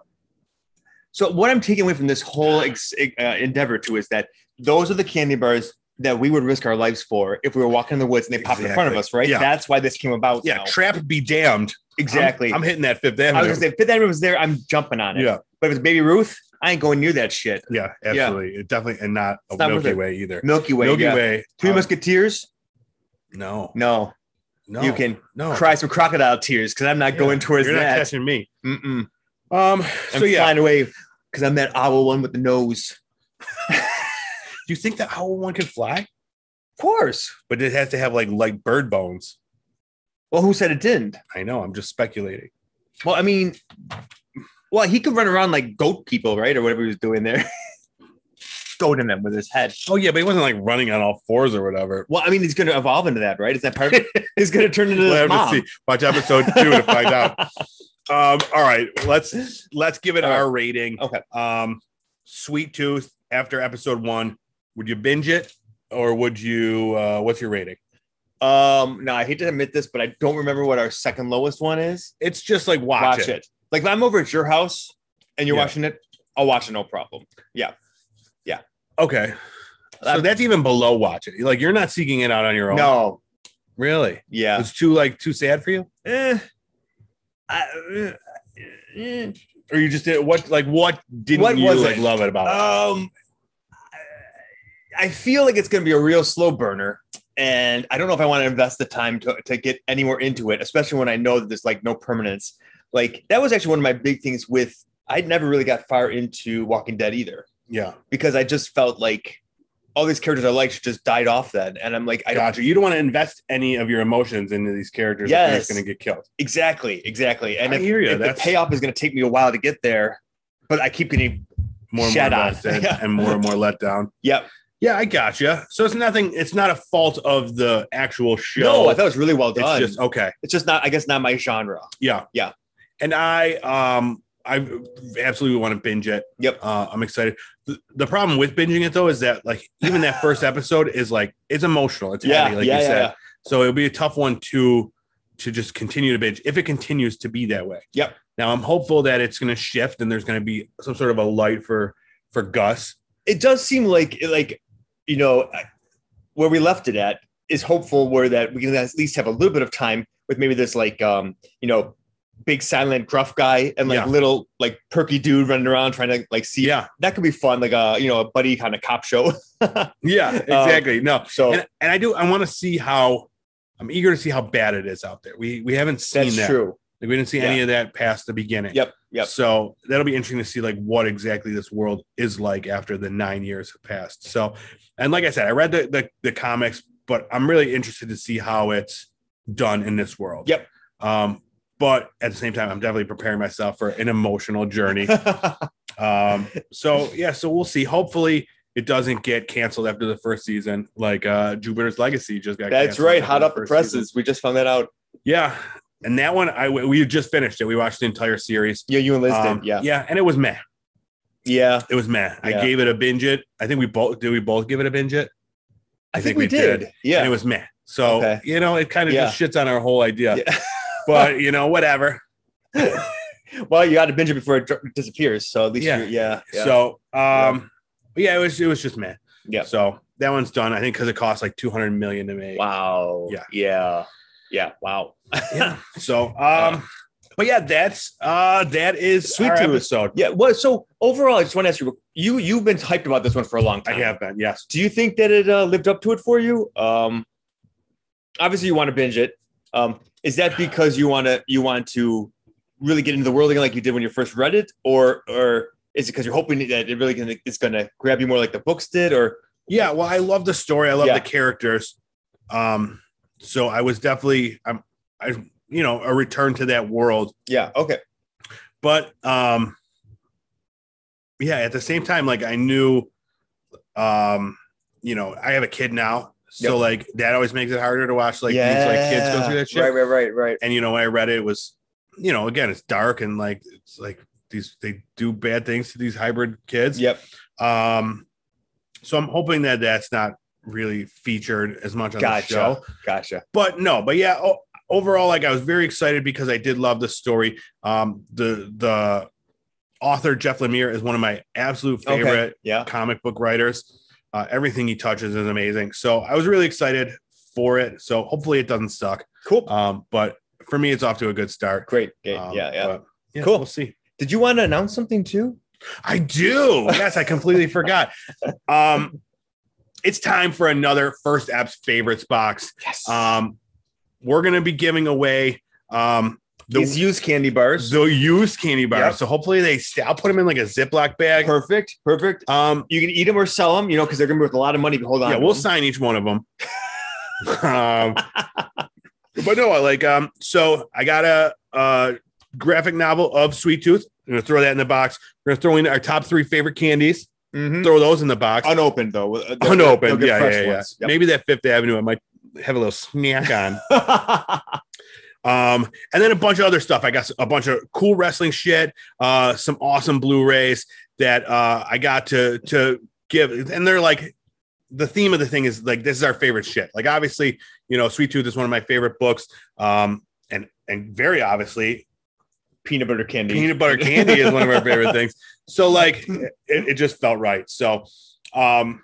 Speaker 3: So what I'm taking away from this whole ex, uh, endeavor too is that those are the candy bars that we would risk our lives for if we were walking in the woods and they popped in front of
Speaker 2: Exactly.
Speaker 3: us, right?
Speaker 2: Yeah.
Speaker 3: That's why this came about.
Speaker 2: Yeah,
Speaker 3: now.
Speaker 2: trap be damned.
Speaker 3: exactly.
Speaker 2: I'm, I'm hitting that Fifth
Speaker 3: I was
Speaker 2: Avenue.
Speaker 3: gonna say, if Fifth Avenue was there, I'm jumping on it.
Speaker 2: yeah,
Speaker 3: But if it's Baby Ruth, I ain't going near that shit.
Speaker 2: yeah, absolutely. It definitely, and not a
Speaker 3: It's not worth
Speaker 2: Milky
Speaker 3: it.
Speaker 2: Way either.
Speaker 3: Milky Way.
Speaker 2: Milky
Speaker 3: yeah.
Speaker 2: Way.
Speaker 3: Three
Speaker 2: um,
Speaker 3: Musketeers?
Speaker 2: no,
Speaker 3: No.
Speaker 2: no,
Speaker 3: You can
Speaker 2: no.
Speaker 3: cry some crocodile tears because I'm not
Speaker 2: Yeah,
Speaker 3: going towards
Speaker 2: You're not
Speaker 3: that.
Speaker 2: catching me.
Speaker 3: Mm-mm.
Speaker 2: Um.
Speaker 3: I'm
Speaker 2: so yeah,
Speaker 3: flying away because I'm that owl one with the nose.
Speaker 2: do you think that owl one can fly?
Speaker 3: Of course.
Speaker 2: But it has to have like like bird bones.
Speaker 3: Well, who said it didn't?
Speaker 2: I know. I'm just speculating.
Speaker 3: Well, I mean, well, he could run around like goat people, right, or whatever he was doing there, goating them with his head.
Speaker 2: Oh yeah, but he wasn't like running on all fours or whatever.
Speaker 3: Well, I mean, he's going to evolve into that, right? Is that part of it? He's going to turn into
Speaker 2: We'll
Speaker 3: this
Speaker 2: have
Speaker 3: mom.
Speaker 2: to see. Watch episode two to find out. Um. All right. Let's let's give it
Speaker 3: All right.
Speaker 2: our rating.
Speaker 3: Okay.
Speaker 2: Um, Sweet Tooth after episode one, would you binge it or would you? Uh, what's your rating?
Speaker 3: Um, now I hate to admit this, but I don't remember what our second lowest one is.
Speaker 2: It's just like watch, it.
Speaker 3: Watch, it. Like if I'm over at your house and you're
Speaker 2: Yeah.
Speaker 3: watching it, I'll watch it no problem.
Speaker 2: Okay, so
Speaker 3: I'm-
Speaker 2: that's even below watch it. Like you're not seeking it out on your own.
Speaker 3: No,
Speaker 2: really,
Speaker 3: yeah.
Speaker 2: it's too like too sad for you.
Speaker 3: Eh. I- uh, eh.
Speaker 2: Or you just did what? Like what didn't
Speaker 3: What
Speaker 2: you
Speaker 3: was
Speaker 2: like
Speaker 3: it?
Speaker 2: love it about? it?
Speaker 3: um, I feel like it's going to be a real slow burner, and I don't know if I want to invest the time to, to get any more into it, especially when I know that there's like no permanence. Like that was actually one of my big things with I never really got far into Walking Dead either
Speaker 2: yeah,
Speaker 3: because I just felt like all these characters I liked just died off then, and I'm like, I don't
Speaker 2: gotcha. You don't want to invest any of your emotions into these characters. if they're just
Speaker 3: Yes.
Speaker 2: going to get killed.
Speaker 3: exactly, exactly, and
Speaker 2: I
Speaker 3: if,
Speaker 2: hear ya,
Speaker 3: if the
Speaker 2: that's-
Speaker 3: payoff is going to take me a while to get there, but I keep getting
Speaker 2: More and
Speaker 3: Shut
Speaker 2: more
Speaker 3: up.
Speaker 2: invested
Speaker 3: Yeah.
Speaker 2: and more and more let down.
Speaker 3: yep.
Speaker 2: Yeah, I gotcha. So it's nothing. It's not a fault of the actual show.
Speaker 3: No, I thought it was really well
Speaker 2: it's
Speaker 3: done.
Speaker 2: just okay.
Speaker 3: it's just not i guess not my genre
Speaker 2: Yeah.
Speaker 3: Yeah.
Speaker 2: And I um I absolutely want to binge it.
Speaker 3: Yep.
Speaker 2: Uh, I'm excited. The, the problem with binging it though is that like even that first episode is like it's emotional. It's heavy, like you said. So it'll be a tough one to to just continue to binge if it continues to be that way.
Speaker 3: Yep.
Speaker 2: Now I'm hopeful that it's gonna shift and there's gonna be some sort of a light for for Gus.
Speaker 3: it does seem like like you know I- where we left it at is hopeful where that we can at least have a little bit of time with maybe this like um you know big silent gruff guy and like
Speaker 2: Yeah.
Speaker 3: little like perky dude running around trying to like see
Speaker 2: Yeah.
Speaker 3: that could be fun like a you know a buddy kind of cop show Um,
Speaker 2: Yeah. Exactly. no.
Speaker 3: so
Speaker 2: And, and I do. I want to see how. I'm eager to see how bad it is out there. We we haven't seen
Speaker 3: that's
Speaker 2: that.
Speaker 3: true
Speaker 2: Like we didn't see any of that past the beginning.
Speaker 3: yep yep
Speaker 2: So that'll be interesting to see like what exactly this world is like after the nine years have passed. So, and like I said, I read the the, the comics, but I'm really interested to see how it's done in this world.
Speaker 3: Yep.
Speaker 2: Um, but at the same time, I'm definitely preparing myself for an emotional journey. um, so yeah, so we'll see. Hopefully. It doesn't get canceled after the first season, like uh Jupiter's Legacy just got.
Speaker 3: that's
Speaker 2: canceled
Speaker 3: right
Speaker 2: after
Speaker 3: hot
Speaker 2: the
Speaker 3: off the
Speaker 2: first season.
Speaker 3: presses we just found that out
Speaker 2: Yeah. And that one, I we had just finished it. We watched the entire series.
Speaker 3: Yeah, you enlisted.
Speaker 2: Um,
Speaker 3: yeah.
Speaker 2: yeah, and it was meh.
Speaker 3: Yeah.
Speaker 2: It was meh. I
Speaker 3: Yeah.
Speaker 2: gave it a binge. It. I think we both did. We both give it a binge. It.
Speaker 3: I, think, we did.
Speaker 2: And it
Speaker 3: Yeah.
Speaker 2: was meh. So
Speaker 3: Okay.
Speaker 2: you know, it kind of just shits on our whole idea.
Speaker 3: Yeah.
Speaker 2: but you know, whatever.
Speaker 3: well, you got to binge it before it dr- disappears. So at least
Speaker 2: Yeah.
Speaker 3: you're, yeah. yeah.
Speaker 2: So um, yeah. it was it was just meh.
Speaker 3: Yeah.
Speaker 2: So that one's done. I think because it costs like two hundred million to make.
Speaker 3: wow.
Speaker 2: Yeah.
Speaker 3: Yeah. Yeah. Wow.
Speaker 2: Yeah. So um, but yeah, that's uh, that is
Speaker 3: Sweet
Speaker 2: our
Speaker 3: Tooth.
Speaker 2: episode.
Speaker 3: Yeah. Well, so overall, I just want to ask you, you, you've been hyped about this one for a long
Speaker 2: I
Speaker 3: time.
Speaker 2: have been yes.
Speaker 3: Do you think that it uh, lived up to it for you? Um, obviously you want to binge it. Um, is that because you want to, you want to really get into the world again, like you did when you first read it or, or is it because you're hoping that it really gonna, it's going to grab you more like the books did or
Speaker 2: Yeah, well, I love the story. I love
Speaker 3: Yeah.
Speaker 2: the characters. Um, so I was definitely I'm I you know a return to that world,
Speaker 3: yeah. Okay.
Speaker 2: but um, yeah, at the same time, like I knew, um, you know, I have a kid now, so
Speaker 3: Yep.
Speaker 2: like that always makes it harder to watch like these like kids go through that shit.
Speaker 3: Right, right, right, right.
Speaker 2: And you know, when I read it, it was you know again it's dark and like it's like these they do bad things to these hybrid kids.
Speaker 3: Yep.
Speaker 2: Um, so I'm hoping that that's not really featured as much on
Speaker 3: Gotcha.
Speaker 2: the show.
Speaker 3: Gotcha.
Speaker 2: But no, but yeah, o- overall, like I was very excited because I did love the story. Um, the the author Jeff Lemire is one of my absolute
Speaker 3: Okay.
Speaker 2: favorite
Speaker 3: Yeah.
Speaker 2: comic book writers. Uh, everything he touches is amazing. So I was really excited for it. So hopefully it doesn't suck.
Speaker 3: Cool.
Speaker 2: Um, but for me, it's off to a good start.
Speaker 3: Great. Great.
Speaker 2: Um,
Speaker 3: yeah. Yeah.
Speaker 2: but, yeah.
Speaker 3: Cool.
Speaker 2: We'll see.
Speaker 3: Did you want to announce something too?
Speaker 2: I do. Yes, I completely forgot. Um, it's time for another first apps favorites box.
Speaker 3: Yes.
Speaker 2: Um, we're gonna be giving away um the
Speaker 3: These used candy bars.
Speaker 2: the used candy bars.
Speaker 3: Yep.
Speaker 2: So hopefully they st- I'll put them in like a Ziploc bag.
Speaker 3: perfect. Perfect.
Speaker 2: Um,
Speaker 3: You can eat them or sell them, you know, because they're going to be worth a lot of money. But hold on.
Speaker 2: yeah,
Speaker 3: to
Speaker 2: we'll
Speaker 3: them.
Speaker 2: sign each one of them. um, but no, I like um. So I got a uh graphic novel of Sweet Tooth. I'm gonna throw that in the box. We're gonna throw in our top three favorite candies.
Speaker 3: Mhm.
Speaker 2: Throw those in the box.
Speaker 3: Unopened though. Uh, they'll- they'll
Speaker 2: unopened.
Speaker 3: get
Speaker 2: Yeah,
Speaker 3: fresh
Speaker 2: yeah, yeah.
Speaker 3: ones. Yep.
Speaker 2: Maybe that Fifth Avenue I might have a little snack on. um, and then a bunch of other stuff. I got a bunch of cool wrestling shit, uh, some awesome Blu-rays that uh, I got to to give, and they're like. The theme of the thing is like this is our favorite shit. Like obviously, you know, Sweet Tooth is one of my favorite books, um, and and very obviously,
Speaker 3: Peanut butter candy.
Speaker 2: peanut butter candy is one of our favorite things. So like it, it just felt right. So um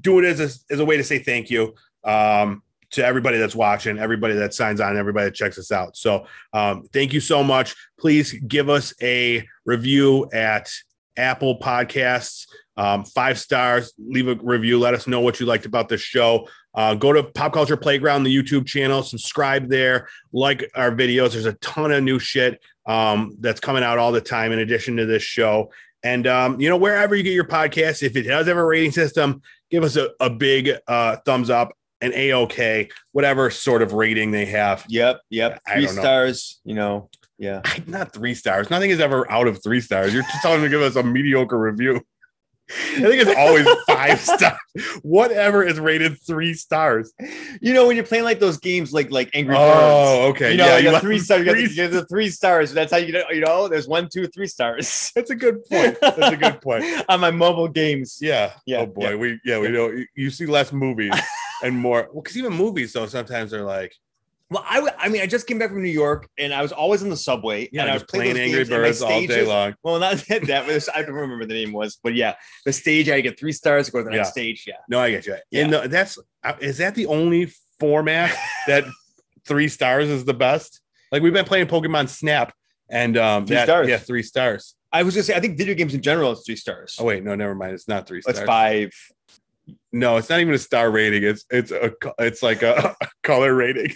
Speaker 2: do it as a as a way to say thank you um to everybody that's watching, everybody that signs on, everybody that checks us out. So um thank you so much. Please give us a review at Apple Podcasts. Um, five stars, leave a review. Let us know what you liked about this show. Uh, go to Pop Culture Playground, the YouTube channel, subscribe there, like our videos. There's a ton of new shit um, that's coming out all the time in addition to this show. And, um, you know, wherever you get your podcast, if it does have a rating system, give us a, a big uh, thumbs up, an AOK, whatever sort of rating they have.
Speaker 3: Yep. Yep.
Speaker 2: I
Speaker 3: Three
Speaker 2: don't know.
Speaker 3: stars. You know. Yeah.
Speaker 2: Not three stars. Nothing is ever out of three stars. You're just telling them to give us a mediocre review. I think it's always five stars. Whatever is rated three stars.
Speaker 3: You know when you're playing like those games like like Angry Birds.
Speaker 2: Oh, okay.
Speaker 3: You know,
Speaker 2: yeah,
Speaker 3: you
Speaker 2: you
Speaker 3: got
Speaker 2: want
Speaker 3: three stars. You got,
Speaker 2: three
Speaker 3: the, you got the three stars. That's how you know. You know, there's one, two, three stars.
Speaker 2: That's a good point. That's a good point.
Speaker 3: On my mobile games,
Speaker 2: Yeah.
Speaker 3: Yeah,
Speaker 2: Oh boy. We yeah, we know you- you see less movies and more. Well, because even movies though sometimes they're like
Speaker 3: Well, I, w- I mean, I just came back from New York, and I was always on the subway,
Speaker 2: you know,
Speaker 3: and I was
Speaker 2: just playing
Speaker 3: those
Speaker 2: Angry
Speaker 3: games, and my
Speaker 2: Birds all day
Speaker 3: stages-
Speaker 2: long.
Speaker 3: Well, not that, that was, I don't remember the name was, but yeah, the stage I had to get three stars, go to the next
Speaker 2: Yeah.
Speaker 3: stage. Yeah,
Speaker 2: No, I get you.
Speaker 3: Yeah.
Speaker 2: And the, that's uh, is that the only format that three stars is the best? Like we've been playing Pokemon Snap and um
Speaker 3: Three
Speaker 2: that-
Speaker 3: stars.
Speaker 2: yeah three stars.
Speaker 3: I was gonna say, I think video games in general is three stars.
Speaker 2: Oh wait, no, never mind. It's not three stars.
Speaker 3: That's five.
Speaker 2: No, it's not even a star rating. It's it's a co- it's like a, a color rating.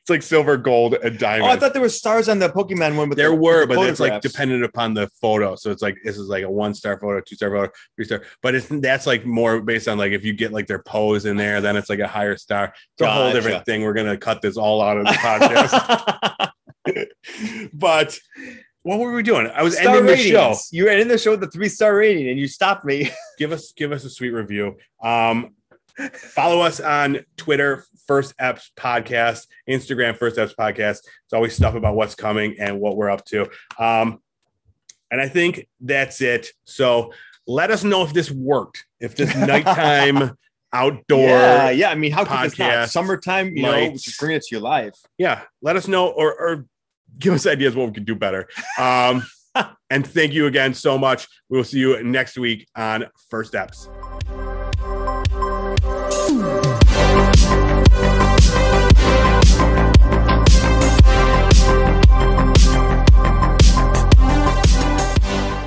Speaker 2: It's like silver, gold, and
Speaker 3: Oh,
Speaker 2: diamond.
Speaker 3: I thought there were stars on the Pokemon one, but
Speaker 2: There
Speaker 3: the,
Speaker 2: were,
Speaker 3: the
Speaker 2: but that's like
Speaker 3: photographs.
Speaker 2: dependent upon the photo. So it's like this is like a one star photo, two star photo, three star. But it's that's like more based on like if you get like their pose in there, then it's like a higher star. It's a whole
Speaker 3: Gotcha.
Speaker 2: different thing. We're gonna cut this all out of the podcast. but what were we doing? I was
Speaker 3: Star
Speaker 2: ending
Speaker 3: ratings.
Speaker 2: the show.
Speaker 3: You were in the show with the three star rating, and you stopped me.
Speaker 2: Give us give us a sweet review. Um, Follow us on Twitter, First Eps Podcast, Instagram, First Eps Podcast. It's always stuff about what's coming and what we're up to. Um, and I think that's it. So let us know if this worked, if this nighttime outdoor.
Speaker 3: yeah, yeah. I mean, how could this not?
Speaker 2: podcast,
Speaker 3: Summertime, you know,
Speaker 2: lights.
Speaker 3: just bring it to your life.
Speaker 2: yeah, let us know or, or give us ideas what we could do better. Um, and thank you again so much. We will see you next week on First Steps.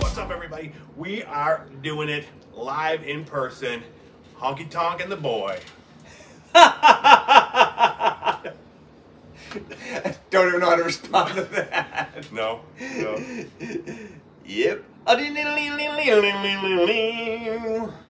Speaker 2: What's up, everybody? We are doing it live in person. Honky Tonk and the boy.
Speaker 3: I don't even know how to respond to that.
Speaker 2: No, no.
Speaker 3: yep.